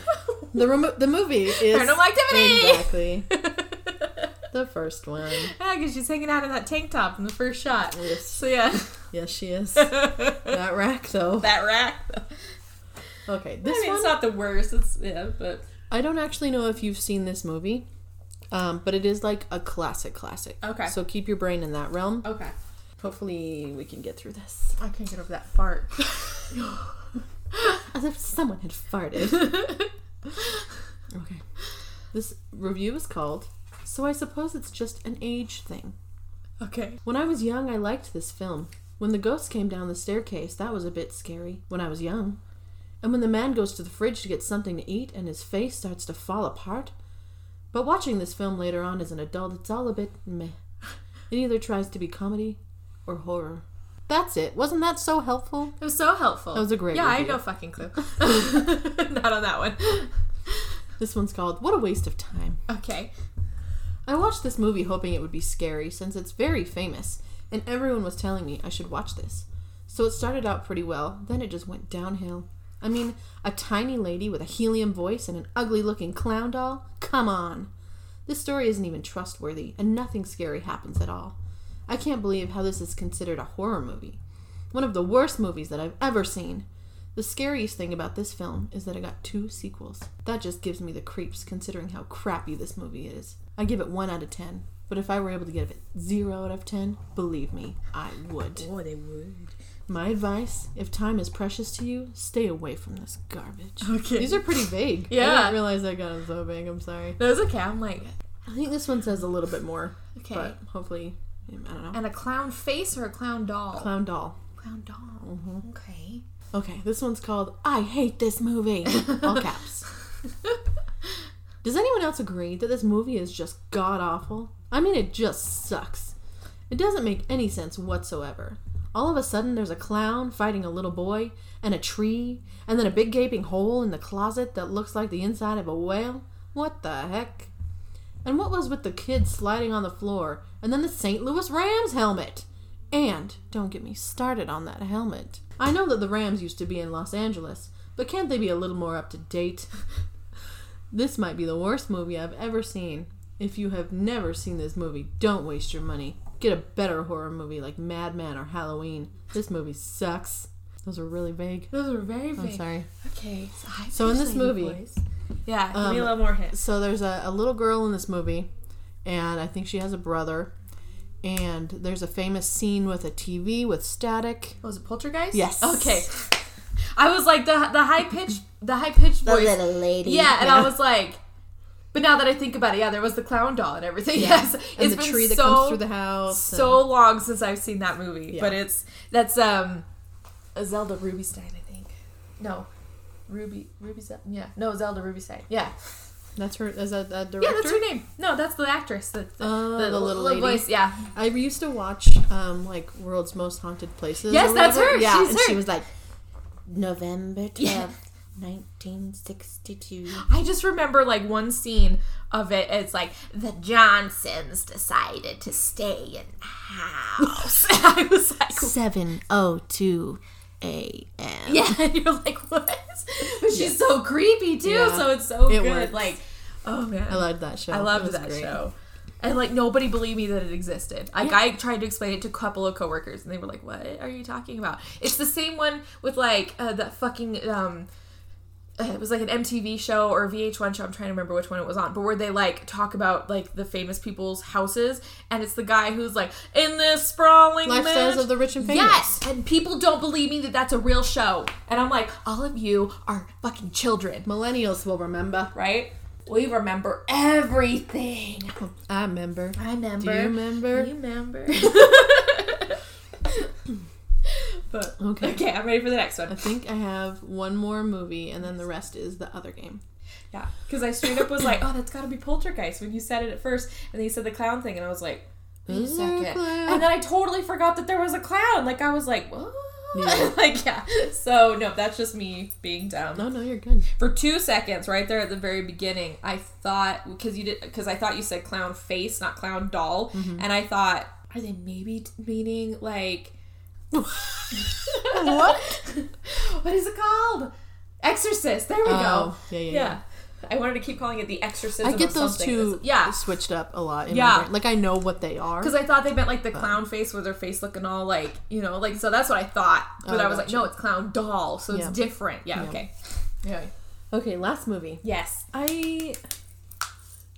Speaker 1: the, remo- the movie is.
Speaker 2: Paranormal activity!
Speaker 1: Exactly. the first one.
Speaker 2: Yeah, because she's hanging out in that tank top in the first shot.
Speaker 1: Yes,
Speaker 2: So yeah,
Speaker 1: yes, she is. that rack, though.
Speaker 2: that rack. though.
Speaker 1: Okay, this
Speaker 2: I mean,
Speaker 1: one.
Speaker 2: it's not the worst. It's yeah, but
Speaker 1: I don't actually know if you've seen this movie, um, but it is like a classic, classic.
Speaker 2: Okay.
Speaker 1: So keep your brain in that realm.
Speaker 2: okay.
Speaker 1: Hopefully, we can get through this.
Speaker 2: I can't get over that fart.
Speaker 1: As if someone had farted. okay. This review is called. So I suppose it's just an age thing.
Speaker 2: okay.
Speaker 1: When I was young, I liked this film. When the ghost came down the staircase, that was a bit scary. When I was young. And when the man goes to the fridge to get something to eat and his face starts to fall apart. But watching this film later on as an adult, it's all a bit meh. It either tries to be comedy or horror. That's it. Wasn't that so helpful?
Speaker 2: It was so helpful. That
Speaker 1: was a great
Speaker 2: Yeah, I
Speaker 1: review.
Speaker 2: had no fucking clue. not on that one.
Speaker 1: This one's called What a Waste of Time.
Speaker 2: Okay.
Speaker 1: I watched this movie hoping it would be scary since it's very famous, and everyone was telling me I should watch this. So it started out pretty well, then it just went downhill. I mean, a tiny lady with a helium voice and an ugly looking clown doll? Come on! This story isn't even trustworthy, and nothing scary happens at all. I can't believe how this is considered a horror movie. One of the worst movies that I've ever seen. The scariest thing about this film is that it got two sequels. That just gives me the creeps considering how crappy this movie is. I give it 1 out of 10, but if I were able to give it 0 out of 10, believe me, I would.
Speaker 2: Oh, they would.
Speaker 1: My advice if time is precious to you, stay away from this garbage.
Speaker 2: Okay.
Speaker 1: These are pretty vague. I
Speaker 2: Oh, Yeah.
Speaker 1: didn't realize I got so vague. I'm sorry.
Speaker 2: That was okay. I'm like,
Speaker 1: I think this one says a little bit more,
Speaker 2: okay. Um,
Speaker 1: but hopefully, I don't know.
Speaker 2: And a clown face or a clown doll?
Speaker 1: Clown doll.
Speaker 2: Clown doll.
Speaker 1: Mm-hmm.
Speaker 2: Okay.
Speaker 1: Okay, this one's called I Hate This Movie. All caps. Does anyone else agree that this movie is just god awful? I mean, it just sucks. It doesn't make any sense whatsoever. All of a sudden, there's a clown fighting a little boy, and a tree, and then a big gaping hole in the closet that looks like the inside of a whale. What the heck? And what was with the kid sliding on the floor, and then the St. Louis Rams helmet? And don't get me started on that helmet. I know that the Rams used to be in Los Angeles, but can't they be a little more up to date? this might be the worst movie I've ever seen. If you have never seen this movie, don't waste your money. Get a better horror movie like Mad Men or Halloween. This movie sucks. Those are really vague.
Speaker 2: Those are very
Speaker 1: I'm
Speaker 2: vague.
Speaker 1: sorry.
Speaker 2: Okay. So, I
Speaker 1: So in this
Speaker 2: appreciate you
Speaker 1: movie-
Speaker 2: boys. Yeah, give me a
Speaker 1: Um,
Speaker 2: little more hints.
Speaker 1: So there's a, a little girl in this movie, and I think she has a brother. And there's a famous scene with a TV with static.
Speaker 2: Was Oh, it Poltergeist?
Speaker 1: Yes.
Speaker 2: Okay. I was like the the high pitch the high pitched voice.
Speaker 1: lady.
Speaker 2: yeah, and I was like, but now that I think about it, yeah, there was the clown doll and everything. Yes, it's
Speaker 1: and the
Speaker 2: been
Speaker 1: tree that
Speaker 2: so
Speaker 1: comes through the house.
Speaker 2: so long since I've seen that movie,
Speaker 1: Yeah.
Speaker 2: but it's that's um Zelda Rubinstein, I think. No, Ruby Ruby Zelda. Yeah, no Zelda Rubinstein. Yeah,
Speaker 1: and that's her. Is that that director?
Speaker 2: yeah, that's her name. No, that's the actress. That's the,
Speaker 1: Oh, the little lady.
Speaker 2: voice. Yeah,
Speaker 1: I used to watch um like World's Most Haunted Places.
Speaker 2: Yes,
Speaker 1: or
Speaker 2: that's
Speaker 1: whatever.
Speaker 2: her.
Speaker 1: Yeah,
Speaker 2: She's
Speaker 1: and
Speaker 2: her.
Speaker 1: she was like November
Speaker 2: Yeah.
Speaker 1: twelfth, nineteen sixty two.
Speaker 2: I just remember like one scene of it. It's like the Johnsons decided to stay in the house. I was like,
Speaker 1: Seven oh two a.m.
Speaker 2: yeah, and you're like, what? But she's so creepy too.
Speaker 1: Yeah.
Speaker 2: So it's so
Speaker 1: It
Speaker 2: good.
Speaker 1: works.
Speaker 2: Like, oh man,
Speaker 1: I loved that show.
Speaker 2: I
Speaker 1: It
Speaker 2: loved
Speaker 1: was
Speaker 2: that
Speaker 1: great.
Speaker 2: show. And like nobody believed me that it existed. Like I tried to explain it to a couple of coworkers, and they were like, "What are you talking about?" It's the same one with like uh, that fucking. Um, uh, it was like an MTV show or a VH1 show. I'm trying to remember which one it was on, but where they like talk about like the famous people's houses, and it's the guy who's like in this sprawling
Speaker 1: Lifestyles
Speaker 2: mansion-
Speaker 1: of the rich and famous.
Speaker 2: Yes, and people don't believe me that that's a real show, and I'm like, all of you are fucking children,
Speaker 1: Millennials will remember.
Speaker 2: right? We remember everything.
Speaker 1: I remember.
Speaker 2: I
Speaker 1: Do
Speaker 2: remember.
Speaker 1: you remember?
Speaker 2: You remember. but
Speaker 1: Okay.
Speaker 2: okay, I'm ready for the next
Speaker 1: I
Speaker 2: one.
Speaker 1: think I have one more movie, and then the rest is the other game.
Speaker 2: Yeah, because I straight up was like, "Oh, that's got to be Poltergeist." When you said it at first, and then you said the clown thing, and I was like, "Wait a
Speaker 1: Is there a
Speaker 2: second.
Speaker 1: clown?
Speaker 2: And then I totally forgot that there was a clown. Like I was like, "What?"
Speaker 1: Yeah.
Speaker 2: like yeah. So no, that's just me being dumb.
Speaker 1: No, no, you're good.
Speaker 2: For two seconds, right there at the very beginning, I thought because you did because I thought you said clown face, not clown doll,
Speaker 1: Mm-hmm.
Speaker 2: and I thought, are they maybe t- meaning like what is it called? Exorcist. There we
Speaker 1: Oh,
Speaker 2: go.
Speaker 1: yeah, yeah,
Speaker 2: I wanted to keep calling it the Exorcism.
Speaker 1: I get
Speaker 2: of
Speaker 1: those
Speaker 2: something.
Speaker 1: two
Speaker 2: Yeah,
Speaker 1: switched up a lot. In
Speaker 2: Yeah.
Speaker 1: my brain. like I know what they are.
Speaker 2: because I thought they meant like the clown face with their face looking all like you know like so that's what I thought, but
Speaker 1: Oh,
Speaker 2: I was
Speaker 1: gotcha.
Speaker 2: like, no, it's clown doll, so
Speaker 1: Yeah.
Speaker 2: it's different. Yeah,
Speaker 1: Yeah.
Speaker 2: okay. Yeah.
Speaker 1: Okay, last movie.
Speaker 2: Yes.
Speaker 1: I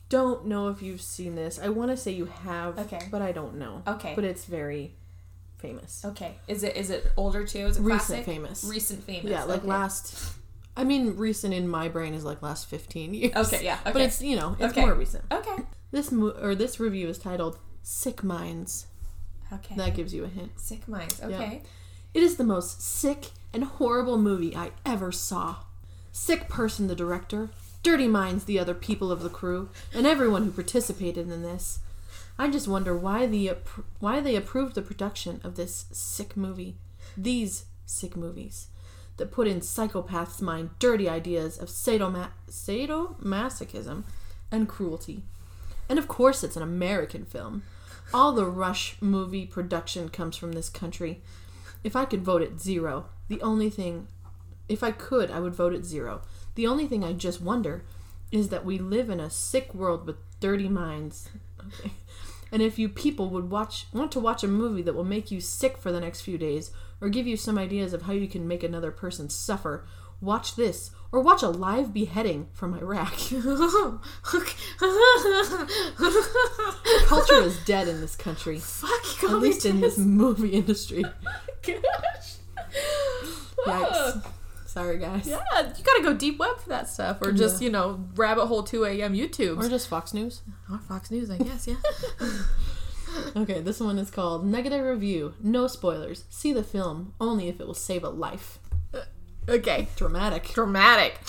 Speaker 1: don't know if you've seen this. I want to say you have,
Speaker 2: Okay.
Speaker 1: but I don't know.
Speaker 2: Okay.
Speaker 1: but it's very famous.
Speaker 2: Okay. Is it is it older too? Is it
Speaker 1: Recent
Speaker 2: classic?
Speaker 1: famous.
Speaker 2: Recent famous.
Speaker 1: yeah, like
Speaker 2: okay.
Speaker 1: last. I mean, recent in my brain is like last fifteen years.
Speaker 2: Okay, yeah,
Speaker 1: but
Speaker 2: okay.
Speaker 1: it's you know it's
Speaker 2: Okay.
Speaker 1: more recent.
Speaker 2: Okay.
Speaker 1: This mo- or this review is titled "Sick Minds."
Speaker 2: Okay.
Speaker 1: That gives you a hint.
Speaker 2: Sick minds. Okay.
Speaker 1: It is the most sick and horrible movie I ever saw. Sick person, the director, dirty minds, the other people of the crew, and everyone who participated in this. I just wonder why the appr- why they approved the production of this sick movie, these sick movies, that put in psychopaths' mind dirty ideas of sadoma- sadomasochism and cruelty. And of course, it's an American film. All the Rush movie production comes from this country. If I could vote at zero, the only thing, if I could, I would vote at zero. The only thing I just wonder is that we live in a sick world with dirty minds. Okay. And if you people would watch, want to watch a movie that will make you sick for the next few days, or give you some ideas of how you can make another person suffer, watch this, or watch a live beheading from Iraq. Culture is dead in this country,
Speaker 2: Fuck,
Speaker 1: at least in this movie industry.
Speaker 2: Gosh.
Speaker 1: Yikes. Sorry, guys.
Speaker 2: Yeah, you gotta go deep web for that stuff, or just you know rabbit hole two a.m. YouTube
Speaker 1: Or just Fox News.
Speaker 2: or Fox News, I guess. Yeah.
Speaker 1: Okay, this one is called Negative Review. No spoilers. See the film only if it will save a life.
Speaker 2: okay.
Speaker 1: Dramatic.
Speaker 2: Dramatic.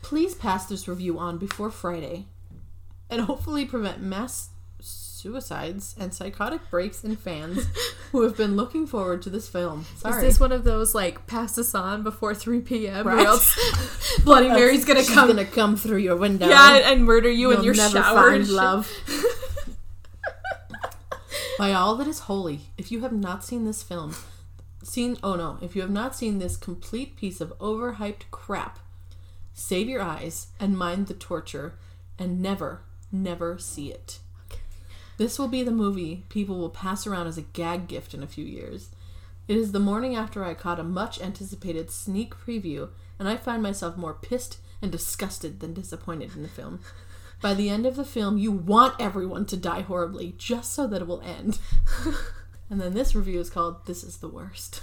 Speaker 1: Please pass this review on before Friday and hopefully prevent mass suicides and psychotic breaks in fans who have been looking forward to this film.
Speaker 2: Is
Speaker 1: Sorry.
Speaker 2: this one of those like pass us on before three p.m.
Speaker 1: Right.
Speaker 2: or else Bloody Mary's gonna
Speaker 1: She's
Speaker 2: come
Speaker 1: gonna come through your window.
Speaker 2: yeah and, and murder you in
Speaker 1: You'll
Speaker 2: your
Speaker 1: never
Speaker 2: shower
Speaker 1: find
Speaker 2: and shit.
Speaker 1: love. By all that is holy, if you have not seen this film, seen oh no, if you have not seen this complete piece of overhyped crap, save your eyes and mind the torture, and never, never see it. This will be the movie people will pass around as a gag gift in a few years. It is the morning after I caught a much anticipated sneak preview, and I find myself more pissed and disgusted than disappointed in the film. By the end of the film, you want everyone to die horribly just so that it will end. and then this review is called This is the Worst.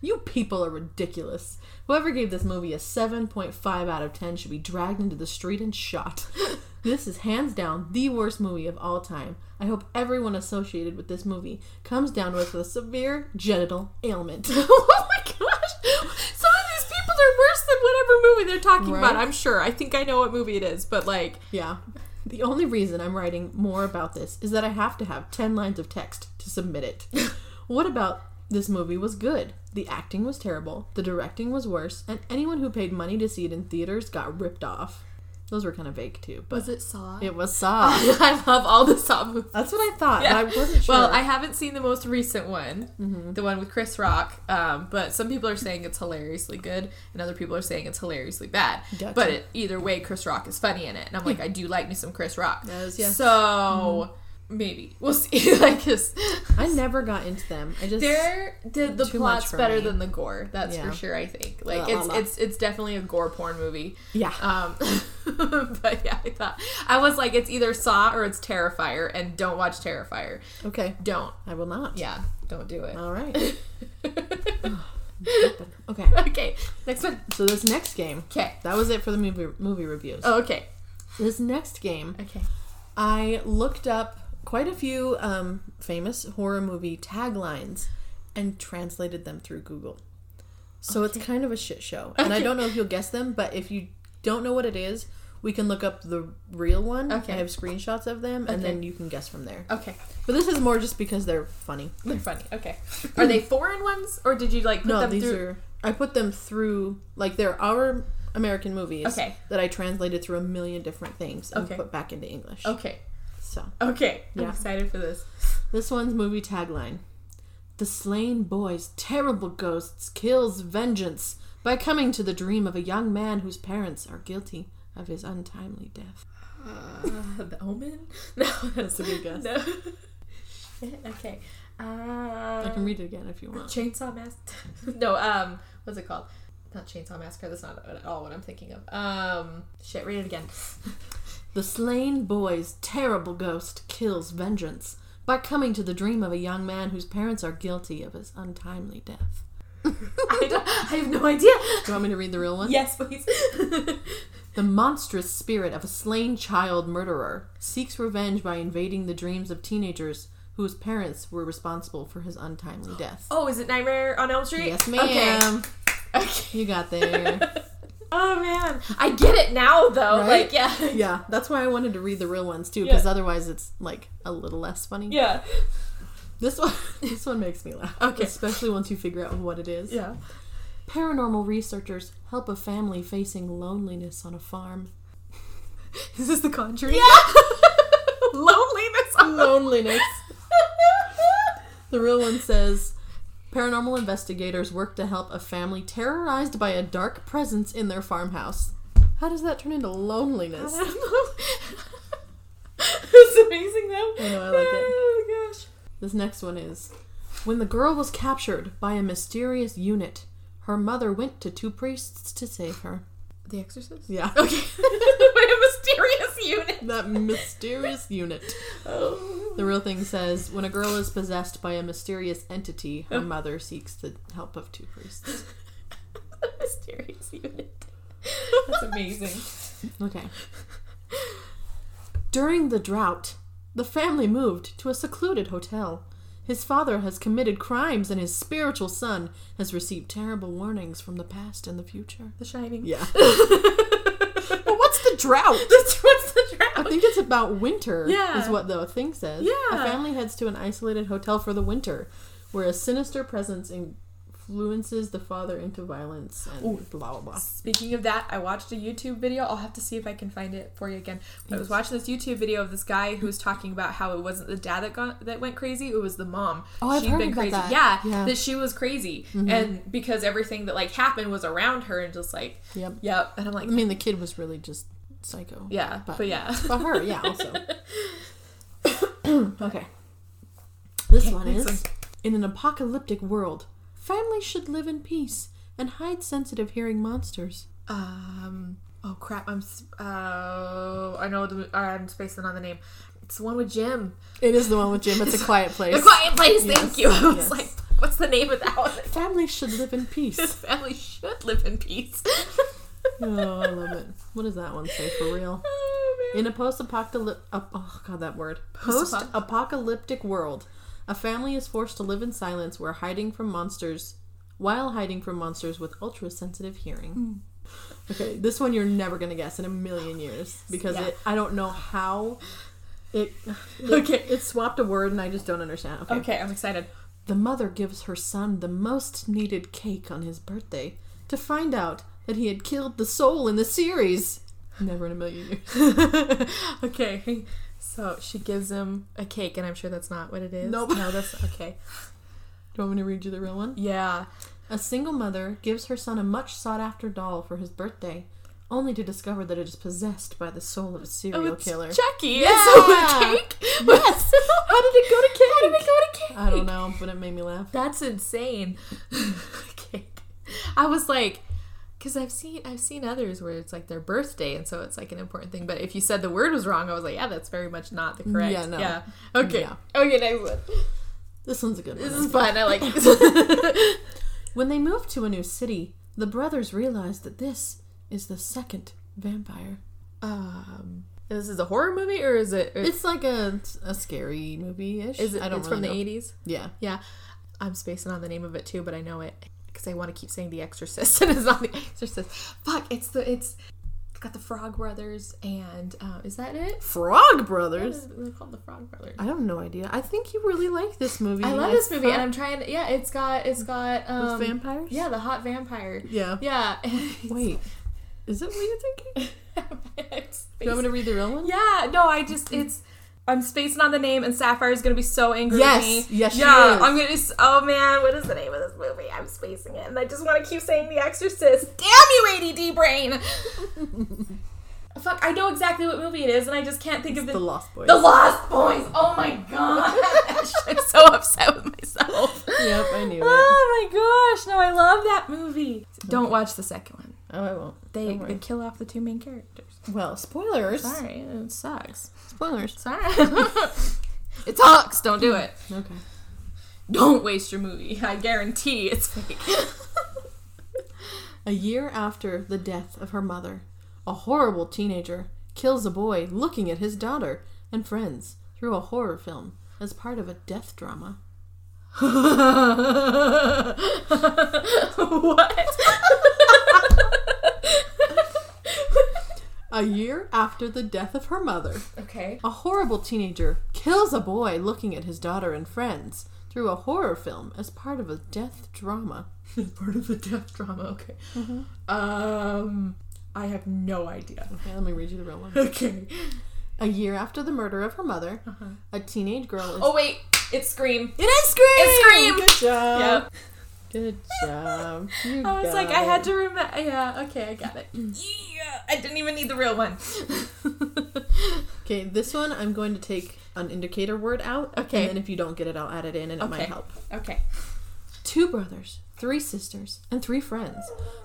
Speaker 1: You people are ridiculous. Whoever gave this movie a 7.5 out of 10 should be dragged into the street and shot. This is hands down the worst movie of all time. I hope everyone associated with this movie comes down with a severe genital ailment.
Speaker 2: oh my gosh! Some of these people are worse than whatever movie they're talking about.
Speaker 1: Right?
Speaker 2: I'm sure. I think I know what movie it is, but like,
Speaker 1: Yeah. The only reason I'm writing more about this is that I have to have 10 lines of text to submit it. what about this movie was good? The acting was terrible, the directing was worse, and anyone who paid money to see it in theaters got ripped off. Those were kind of vague too, but
Speaker 2: was it Saw?
Speaker 1: it was Saw.
Speaker 2: I love all the Saw movies.
Speaker 1: That's what I thought,
Speaker 2: Yeah.
Speaker 1: but I wasn't sure. Mm-hmm.
Speaker 2: Well, I haven't seen the most recent one, the one with Chris Rock. Um, but some people are saying it's hilariously good, and other people are saying it's hilariously bad.
Speaker 1: Gotcha.
Speaker 2: But it, either way, Chris Rock is funny in it, and I'm like, I do like me some Chris Rock.
Speaker 1: Yes, yes.
Speaker 2: So
Speaker 1: Mm-hmm.
Speaker 2: maybe we'll see. like his,
Speaker 1: I never got into them. I just
Speaker 2: there, the, the
Speaker 1: Too much
Speaker 2: plot's
Speaker 1: for
Speaker 2: better
Speaker 1: me.
Speaker 2: than the gore. That's
Speaker 1: Yeah.
Speaker 2: for sure. I think
Speaker 1: La,
Speaker 2: like
Speaker 1: la,
Speaker 2: it's
Speaker 1: la.
Speaker 2: it's it's definitely a gore porn movie.
Speaker 1: yeah.
Speaker 2: Um, but yeah, I thought I was like, it's either Saw or it's Terrifier, and don't watch Terrifier.
Speaker 1: okay,
Speaker 2: Don't.
Speaker 1: I will not.
Speaker 2: Yeah, don't do it.
Speaker 1: All right. okay.
Speaker 2: okay, next one.
Speaker 1: So this next game,
Speaker 2: Okay.
Speaker 1: that was it for the movie movie reviews.
Speaker 2: Oh, okay.
Speaker 1: This next game
Speaker 2: Okay.
Speaker 1: I looked up quite a few um, famous horror movie taglines and translated them through Google. So it's kind of a shit show. And I
Speaker 2: Okay.
Speaker 1: don't know if you'll guess them, but if you don't know what it is, we can look up the real one.
Speaker 2: Okay.
Speaker 1: I have screenshots of them, and
Speaker 2: Okay.
Speaker 1: then you can guess from there.
Speaker 2: Okay.
Speaker 1: But this is more just because they're funny.
Speaker 2: They're funny. Okay. Are they foreign ones or did you like put
Speaker 1: no,
Speaker 2: them
Speaker 1: these
Speaker 2: through?
Speaker 1: are. I put them through, like, they're our American movies
Speaker 2: Okay.
Speaker 1: that I translated through a million different things and
Speaker 2: Okay.
Speaker 1: put back into English.
Speaker 2: Okay.
Speaker 1: So.
Speaker 2: Okay. I'm
Speaker 1: Yeah.
Speaker 2: excited for this.
Speaker 1: This one's movie tagline. The slain boy's terrible ghosts kills vengeance by coming to the dream of a young man whose parents are guilty of his untimely death.
Speaker 2: Uh, the Omen? No, that's
Speaker 1: a good guess.
Speaker 2: No. Shit, okay. Uh,
Speaker 1: I can read it again if you want.
Speaker 2: Chainsaw Massacre. no, um, what's it called? Not Chainsaw Massacre. That's not at all what I'm thinking of. Um, shit, read it again.
Speaker 1: The slain boy's terrible ghost kills vengeance by coming to the dream of a young man whose parents are guilty of his untimely death.
Speaker 2: I, don't, I have no idea.
Speaker 1: Do you want me to read the real one?
Speaker 2: Yes, please.
Speaker 1: The monstrous spirit of a slain child murderer seeks revenge by invading the dreams of teenagers whose parents were responsible for his untimely death.
Speaker 2: oh, is it Nightmare on Elm Street?
Speaker 1: Yes,
Speaker 2: Okay.
Speaker 1: ma'am.
Speaker 2: Okay.
Speaker 1: You got there.
Speaker 2: Oh man, I get it now though.
Speaker 1: Right?
Speaker 2: Like yeah,
Speaker 1: yeah, that's why I wanted to read the real ones too, because
Speaker 2: Yeah.
Speaker 1: otherwise it's like a little less funny.
Speaker 2: yeah,
Speaker 1: This one, this one makes me laugh.
Speaker 2: Okay.
Speaker 1: especially once you figure out what it is.
Speaker 2: yeah.
Speaker 1: Paranormal researchers help a family facing loneliness on a farm.
Speaker 2: Is this the Conjuring? Yeah. Loneliness.
Speaker 1: Loneliness. The real one says. Paranormal investigators work to help a family terrorized by a dark presence in their farmhouse. How does that turn into loneliness?
Speaker 2: it's amazing though.
Speaker 1: I know, I like it.
Speaker 2: Oh gosh.
Speaker 1: This next one is When the girl was captured by a mysterious unit, Her mother went to two priests to save her.
Speaker 2: The Exorcist?
Speaker 1: Yeah.
Speaker 2: Okay. My mysterious unit.
Speaker 1: that mysterious unit.
Speaker 2: Oh.
Speaker 1: The real thing says when a girl is possessed by a mysterious entity, her mother seeks the help of two priests.
Speaker 2: the mysterious unit. That's amazing.
Speaker 1: Okay. During the drought, the family moved to a secluded hotel. His father has committed crimes, and his spiritual son has received terrible warnings from the past and the future.
Speaker 2: The Shining.
Speaker 1: Yeah. but what's the drought?
Speaker 2: That's what's the
Speaker 1: I
Speaker 2: drought.
Speaker 1: think it's about winter,
Speaker 2: Yeah.
Speaker 1: is what the thing says. A
Speaker 2: Yeah.
Speaker 1: family heads to an isolated hotel for the winter, where a sinister presence influences the father into violence and blah, blah, blah.
Speaker 2: Speaking of that, I watched a YouTube video. I'll have to see if I can find it for you again. But I was watching this YouTube video of this guy who was talking about how it wasn't the dad that got that went crazy; it was the mom.
Speaker 1: Oh, I've heard about
Speaker 2: crazy.
Speaker 1: that. Yeah.
Speaker 2: Yeah,
Speaker 1: Mm-hmm.
Speaker 2: that she was crazy, and because everything that like happened was around her, and just like,
Speaker 1: Yep.
Speaker 2: yep. And I'm like,
Speaker 1: I mean, the kid was really just psycho.
Speaker 2: yeah, but,
Speaker 1: Mm. but-
Speaker 2: yeah,
Speaker 1: But her, yeah, also. okay. This
Speaker 2: Okay,
Speaker 1: one
Speaker 2: next
Speaker 1: is
Speaker 2: one.
Speaker 1: In an apocalyptic world, families should live in peace and hide sensitive hearing monsters.
Speaker 2: um, oh crap, I'm, s- oh, I know, the, I'm spacing on the name. It's the one with Jim.
Speaker 1: It is the one with Jim. It's a quiet place.
Speaker 2: The Quiet Place.
Speaker 1: Yes,
Speaker 2: Thank you. I was
Speaker 1: yes.
Speaker 2: like, what's the name of that one?
Speaker 1: Families should live in
Speaker 2: This
Speaker 1: peace.
Speaker 2: family should live in peace.
Speaker 1: Oh, I love it. What does that one say for real?
Speaker 2: Oh, man.
Speaker 1: In a post-apocalyptic, oh god, that word,
Speaker 2: Post-apoc-
Speaker 1: post-apocalyptic world, a family is forced to live in silence, where hiding from monsters, while hiding from monsters with ultra-sensitive hearing. Okay, this one you're never gonna guess in a million years because
Speaker 2: Yeah.
Speaker 1: it, I don't know how it. it
Speaker 2: Okay.
Speaker 1: it swapped a word and I just don't understand. Okay.
Speaker 2: Okay, I'm excited.
Speaker 1: The mother gives her son the most needed cake on his birthday to find out that he had killed the soul in the series. Never in a million years.
Speaker 2: okay, so she gives him a cake, and I'm sure that's not what it is.
Speaker 1: Nope.
Speaker 2: No, that's okay.
Speaker 1: Do you want me to read you the real one?
Speaker 2: Yeah.
Speaker 1: A single mother gives her son a much sought after doll for his birthday, only to discover that it is possessed by the soul of a serial
Speaker 2: Oh, it's
Speaker 1: killer.
Speaker 2: Chucky.
Speaker 1: Yeah.
Speaker 2: So a cake.
Speaker 1: Yes. How did it go to cake?
Speaker 2: How did it go to cake?
Speaker 1: I don't know, but it made me laugh.
Speaker 2: That's insane. cake. I was like, because I've seen I've seen others where it's like their birthday, and so it's like an important thing. But if you said the word was wrong, I was like, yeah, that's very much not the correct.
Speaker 1: Yeah, no.
Speaker 2: Yeah. Okay.
Speaker 1: Yeah.
Speaker 2: Okay. Next one.
Speaker 1: This one's a good
Speaker 2: This
Speaker 1: one.
Speaker 2: is fun. I like this.
Speaker 1: When they moved to a new city, the brothers realized that this is the second vampire.
Speaker 2: um, this is a horror movie, or is it?
Speaker 1: It's like a, a scary movie ish.
Speaker 2: is it?
Speaker 1: I don't
Speaker 2: it's
Speaker 1: really
Speaker 2: from
Speaker 1: know.
Speaker 2: the eighties.
Speaker 1: Yeah.
Speaker 2: Yeah. I'm spacing on the name of it too, but I know it because I want to keep saying The Exorcist, and it's not The Exorcist. Fuck! It's the it's it's got the Frog Brothers, and uh, is that it?
Speaker 1: Frog
Speaker 2: What
Speaker 1: Brothers.
Speaker 2: is- They're called the Frog Brothers.
Speaker 1: I have no idea. I think you really like this movie.
Speaker 2: I love
Speaker 1: It's
Speaker 2: this movie, and
Speaker 1: fun.
Speaker 2: I'm trying. To, yeah, it's got it's got um,
Speaker 1: With vampires.
Speaker 2: Yeah, the hot vampire.
Speaker 1: Yeah.
Speaker 2: Yeah.
Speaker 1: Wait. Is it what you're thinking? Do
Speaker 2: It's
Speaker 1: you want me to read the real one?
Speaker 2: Yeah, no, I just
Speaker 1: Mm-hmm.
Speaker 2: it's I'm spacing on the name, and Sapphire is gonna be so angry.
Speaker 1: Yes,
Speaker 2: with me.
Speaker 1: yes, she
Speaker 2: yeah.
Speaker 1: is.
Speaker 2: I'm gonna. s- Oh man, what is the name of this movie? I'm spacing it, and I just want to keep saying The Exorcist. Damn you, ADD brain! Fuck, I know exactly what movie it is, and I just can't think of the
Speaker 1: The Lost Boys.
Speaker 2: The Lost Boys. Oh my gosh, I'm so upset with myself.
Speaker 1: Yep, I knew it.
Speaker 2: Oh my gosh, no, I love that movie. Don't watch the second one.
Speaker 1: oh, I won't.
Speaker 2: They
Speaker 1: Don't worry.
Speaker 2: they kill off the two main characters.
Speaker 1: Well, spoilers.
Speaker 2: Sorry, it sucks.
Speaker 1: Spoilers.
Speaker 2: Sorry. it sucks. Don't do it.
Speaker 1: Okay.
Speaker 2: Don't waste your movie. I guarantee it's fake.
Speaker 1: A year after the death of her mother, a horrible teenager kills a boy looking at his daughter and friends through a horror film as part of a death drama.
Speaker 2: what?
Speaker 1: A year after the death of her mother,
Speaker 2: okay.
Speaker 1: A horrible teenager kills a boy looking at his daughter and friends through a horror film as part of a death drama.
Speaker 2: Part of the death drama. Okay. Mm-hmm. Um, I have no idea.
Speaker 1: Okay, let me read you the real one.
Speaker 2: Okay.
Speaker 1: A year after the murder of her mother, a teenage girl is.
Speaker 2: Uh-huh. Oh wait, it's Scream.
Speaker 1: It is Scream!
Speaker 2: It's Scream!
Speaker 1: Good job.
Speaker 2: Yeah.
Speaker 1: Good job. You
Speaker 2: I was
Speaker 1: got
Speaker 2: like, I had
Speaker 1: it.
Speaker 2: to remember. Yeah. Okay, I got it. Yeah. I didn't even need the real one.
Speaker 1: Okay, this one I'm going to take an indicator word out.
Speaker 2: Okay.
Speaker 1: And then if you don't get it, I'll add it in and it
Speaker 2: Okay.
Speaker 1: might help.
Speaker 2: okay.
Speaker 1: Two brothers Three sisters and three friends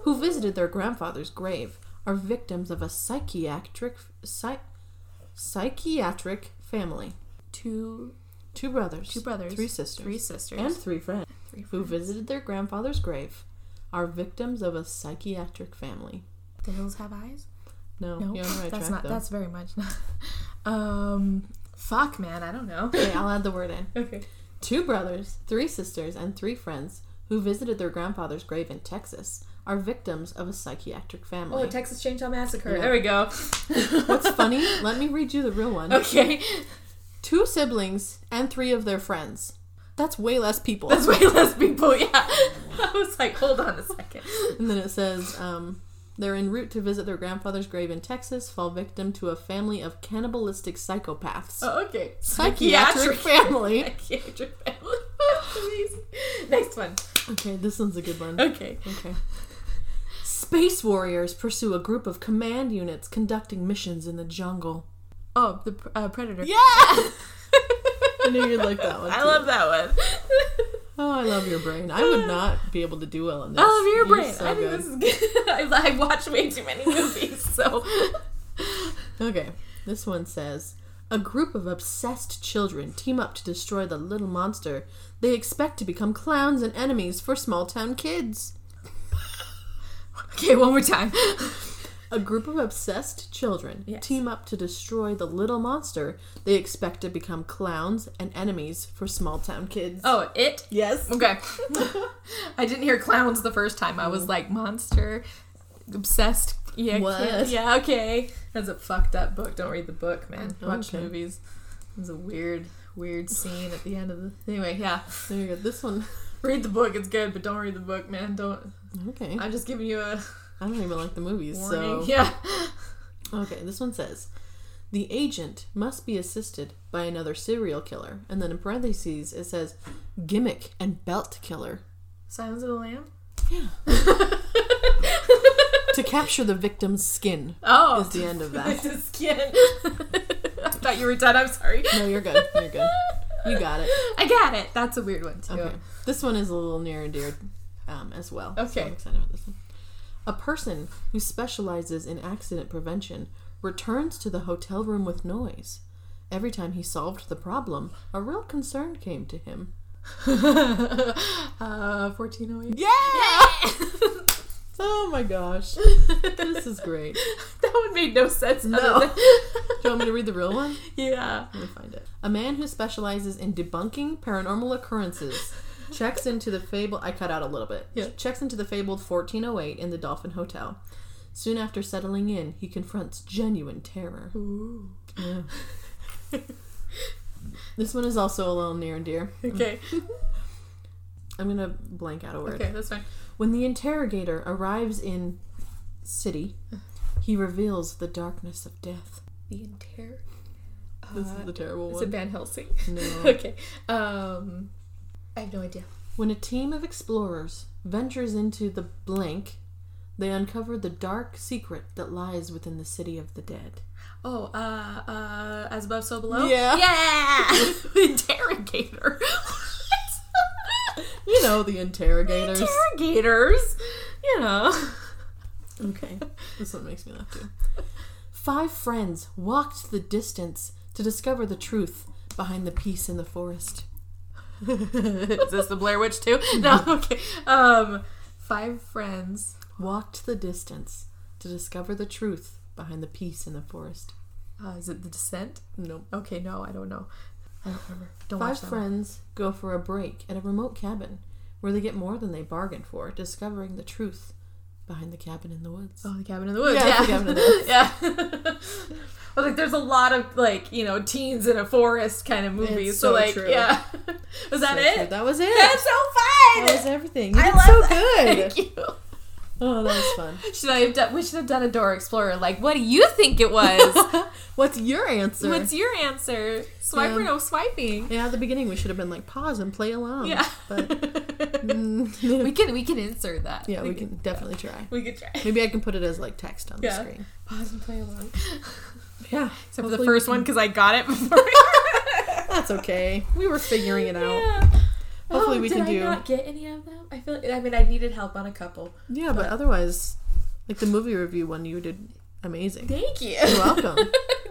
Speaker 1: who visited their grandfather's grave are victims of a psychiatric psy, psychiatric family.
Speaker 2: Two
Speaker 1: Two brothers,
Speaker 2: two brothers,
Speaker 1: three sisters,
Speaker 2: three sisters,
Speaker 1: and three friends
Speaker 2: three
Speaker 1: who
Speaker 2: friends.
Speaker 1: visited their grandfather's grave are victims of a psychiatric family.
Speaker 2: The hills have eyes.
Speaker 1: No,
Speaker 2: No,
Speaker 1: you're on the right
Speaker 2: that's
Speaker 1: track
Speaker 2: not.
Speaker 1: though.
Speaker 2: That's very much not. Um, fuck, man, I don't know.
Speaker 1: Okay, I'll add the word in.
Speaker 2: Okay.
Speaker 1: Two brothers, three sisters, and three friends who visited their grandfather's grave in Texas are victims of a psychiatric family.
Speaker 2: Oh, Texas Chainsaw Massacre.
Speaker 1: Yeah.
Speaker 2: There we go.
Speaker 1: What's funny? Let me read you the real one.
Speaker 2: Okay,
Speaker 1: Two siblings and three of their friends. That's way less people.
Speaker 2: that's way less people. Yeah, I was like, hold on a second.
Speaker 1: And then it says um, they're en route to visit their grandfather's grave in Texas, fall victim to a family of cannibalistic psychopaths.
Speaker 2: Oh, okay,
Speaker 1: Psychiatric family.
Speaker 2: Psychiatric family. That's amazing. Next one.
Speaker 1: Okay, this one's a good one.
Speaker 2: Okay.
Speaker 1: Okay. Space warriors pursue a group of command units conducting missions in the jungle.
Speaker 2: Oh, the uh, Predator.
Speaker 1: Yeah! I knew you'd like that one.
Speaker 2: I
Speaker 1: too.
Speaker 2: love that one.
Speaker 1: Oh, I love your brain. I would not be able to do well in this.
Speaker 2: I love your
Speaker 1: You're
Speaker 2: brain.
Speaker 1: so
Speaker 2: I think
Speaker 1: good.
Speaker 2: this is good. I, I watch way too many movies, so
Speaker 1: Okay, this one says A group of obsessed children team up to destroy the little monster. They expect to become clowns and enemies for small town kids.
Speaker 2: okay. One more time.
Speaker 1: A group of obsessed children
Speaker 2: Yes.
Speaker 1: team up to destroy the little monster. They expect to become clowns and enemies for small town kids.
Speaker 2: Oh, it.
Speaker 1: yes.
Speaker 2: Okay. I didn't hear clowns the first time. I
Speaker 1: Mm.
Speaker 2: was like monster, obsessed. Yeah,
Speaker 1: What?
Speaker 2: kid. yeah. Okay, that's a fucked up book. Don't read the book, man. Watch
Speaker 1: Oh, Okay.
Speaker 2: movies. There's a weird, weird scene at the end of the. Anyway, yeah.
Speaker 1: There you go. This one.
Speaker 2: Read the book. It's good, but don't read the book, man. Don't.
Speaker 1: Okay. I
Speaker 2: I'm just giving you a
Speaker 1: don't even like the movies,
Speaker 2: warning.
Speaker 1: so.
Speaker 2: Yeah.
Speaker 1: Okay, this one says the agent must be assisted by another serial killer, and then in parentheses it says gimmick and belt killer
Speaker 2: Silence of the Lamb.
Speaker 1: to capture the victim's skin.
Speaker 2: Oh,
Speaker 1: Is the end of that.
Speaker 2: It's a skin. I thought you were done. I'm sorry.
Speaker 1: No, you're good. You're good. You got it.
Speaker 2: I got it. That's a weird one too.
Speaker 1: Okay, this one is a little near and dear um, as well. so
Speaker 2: Okay.
Speaker 1: I'm excited about this one. A person who specializes in accident prevention returns to the hotel room with noise. Every time he solved the problem, a real concern came to him.
Speaker 2: uh, 1408.
Speaker 1: Yeah! Oh my gosh. This is great.
Speaker 2: that one made no sense. No.
Speaker 1: No. Do you want me to read the real one?
Speaker 2: yeah.
Speaker 1: Let me find it. A man who specializes in debunking paranormal occurrences checks into the fable. I cut out a little bit.
Speaker 2: Yeah.
Speaker 1: Checks into the fabled 1408 in the Dolphin Hotel. Soon after settling in, he confronts genuine terror.
Speaker 2: Ooh.
Speaker 1: Yeah. this one is also a little near and dear.
Speaker 2: Okay.
Speaker 1: I'm gonna blank out a word.
Speaker 2: Okay, that's fine.
Speaker 1: When the interrogator arrives in city, he reveals the darkness of death. Uh,
Speaker 2: The entire.
Speaker 1: This is the terrible
Speaker 2: Is it
Speaker 1: one.
Speaker 2: Van Helsing?
Speaker 1: No.
Speaker 2: okay. Um, I have no idea.
Speaker 1: When a team of explorers ventures into the blank, they uncover the dark secret that lies within the city of the dead.
Speaker 2: Oh, uh, uh, as above, so below.
Speaker 1: Yeah.
Speaker 2: Yeah. Interrogator. What?
Speaker 1: You know, the interrogators.
Speaker 2: Interrogators. You know.
Speaker 1: okay, this one makes me laugh too. Five friends walked the distance to discover the truth behind the peace in the forest.
Speaker 2: Is this the Blair Witch too? No. Okay. Um, five friends.
Speaker 1: Walked the distance to discover the truth behind the peace in the forest.
Speaker 2: Uh, is it The Descent?
Speaker 1: Nope.
Speaker 2: Okay, no, I don't know. I don't remember. Don't
Speaker 1: Five
Speaker 2: watch that. One.
Speaker 1: friends go for a break at a remote cabin where they get more than they bargained for, discovering the truth behind the cabin in the woods.
Speaker 2: Oh, the Cabin in the Woods.
Speaker 1: Yeah,
Speaker 2: Yeah,
Speaker 1: it's The Cabin in the Woods.
Speaker 2: yeah. I was like, there's a lot of like you know teens in a forest kind of movies.
Speaker 1: It's
Speaker 2: so,
Speaker 1: so
Speaker 2: like,
Speaker 1: true.
Speaker 2: yeah. Was that
Speaker 1: So
Speaker 2: it?
Speaker 1: true. That was it.
Speaker 2: That's so fun.
Speaker 1: That was everything. You
Speaker 2: I
Speaker 1: did
Speaker 2: love
Speaker 1: so
Speaker 2: that.
Speaker 1: good.
Speaker 2: Thank you.
Speaker 1: Oh, that was fun.
Speaker 2: Should I have done? We should have done a door explorer. Like, what do you think it was?
Speaker 1: What's your answer?
Speaker 2: What's your answer? Swipe or
Speaker 1: Yeah.
Speaker 2: no swiping?
Speaker 1: yeah, at the beginning we should have been like pause and play along.
Speaker 2: Yeah.
Speaker 1: But
Speaker 2: we
Speaker 1: mm,
Speaker 2: can we can insert that.
Speaker 1: yeah, we can definitely try.
Speaker 2: we can try.
Speaker 1: Maybe I can put it as like text on
Speaker 2: Yeah.
Speaker 1: the screen.
Speaker 2: Pause and play along.
Speaker 1: Yeah.
Speaker 2: Except for the
Speaker 1: Hopefully we
Speaker 2: first
Speaker 1: can-
Speaker 2: one because I got it before.
Speaker 1: That's okay. We were figuring it out.
Speaker 2: yeah.
Speaker 1: Hopefully
Speaker 2: oh,
Speaker 1: we
Speaker 2: did
Speaker 1: can
Speaker 2: I
Speaker 1: do-
Speaker 2: not get any of them? I feel. I mean, I needed help on a couple.
Speaker 1: Yeah, but otherwise, like the movie review one, you did amazing.
Speaker 2: Thank you.
Speaker 1: You're welcome.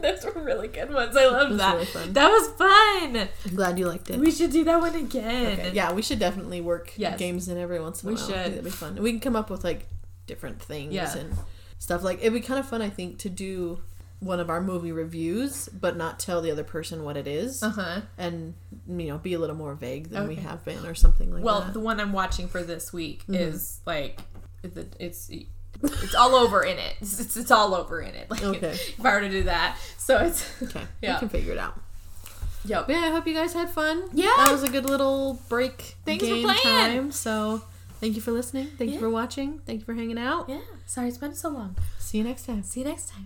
Speaker 2: Those were really good ones. I love
Speaker 1: was
Speaker 2: that.
Speaker 1: really fun.
Speaker 2: That was fun.
Speaker 1: I'm glad you liked it.
Speaker 2: We should do that one again.
Speaker 1: Okay, Yeah, we should definitely work
Speaker 2: Yes.
Speaker 1: games in every once in a
Speaker 2: We
Speaker 1: while.
Speaker 2: should.
Speaker 1: That'd be fun. We can come up with like different things
Speaker 2: Yeah.
Speaker 1: and stuff. Like it'd be kind of fun, I think, to do one of our movie reviews, but not tell the other person what it is,
Speaker 2: Uh huh.
Speaker 1: and you know, be a little more vague than we
Speaker 2: Okay.
Speaker 1: have been, or something like
Speaker 2: Well,
Speaker 1: that. Mm-hmm.
Speaker 2: the one I'm watching for this week is like the- it's it's all over in it. It's, it's, it's all over in it. Like
Speaker 1: Okay.
Speaker 2: if I were to do that, so it's
Speaker 1: okay, we
Speaker 2: yeah.
Speaker 1: can figure it out.
Speaker 2: Yep.
Speaker 1: But yeah, I hope you guys had fun.
Speaker 2: Yeah.
Speaker 1: that was a good little break
Speaker 2: Thanks for
Speaker 1: game
Speaker 2: playing.
Speaker 1: time. So. Thank you for listening. Thank you
Speaker 2: Yeah.
Speaker 1: for watching. Thank you for hanging out.
Speaker 2: Yeah. Sorry it's been so long.
Speaker 1: See you next time.
Speaker 2: See you next time.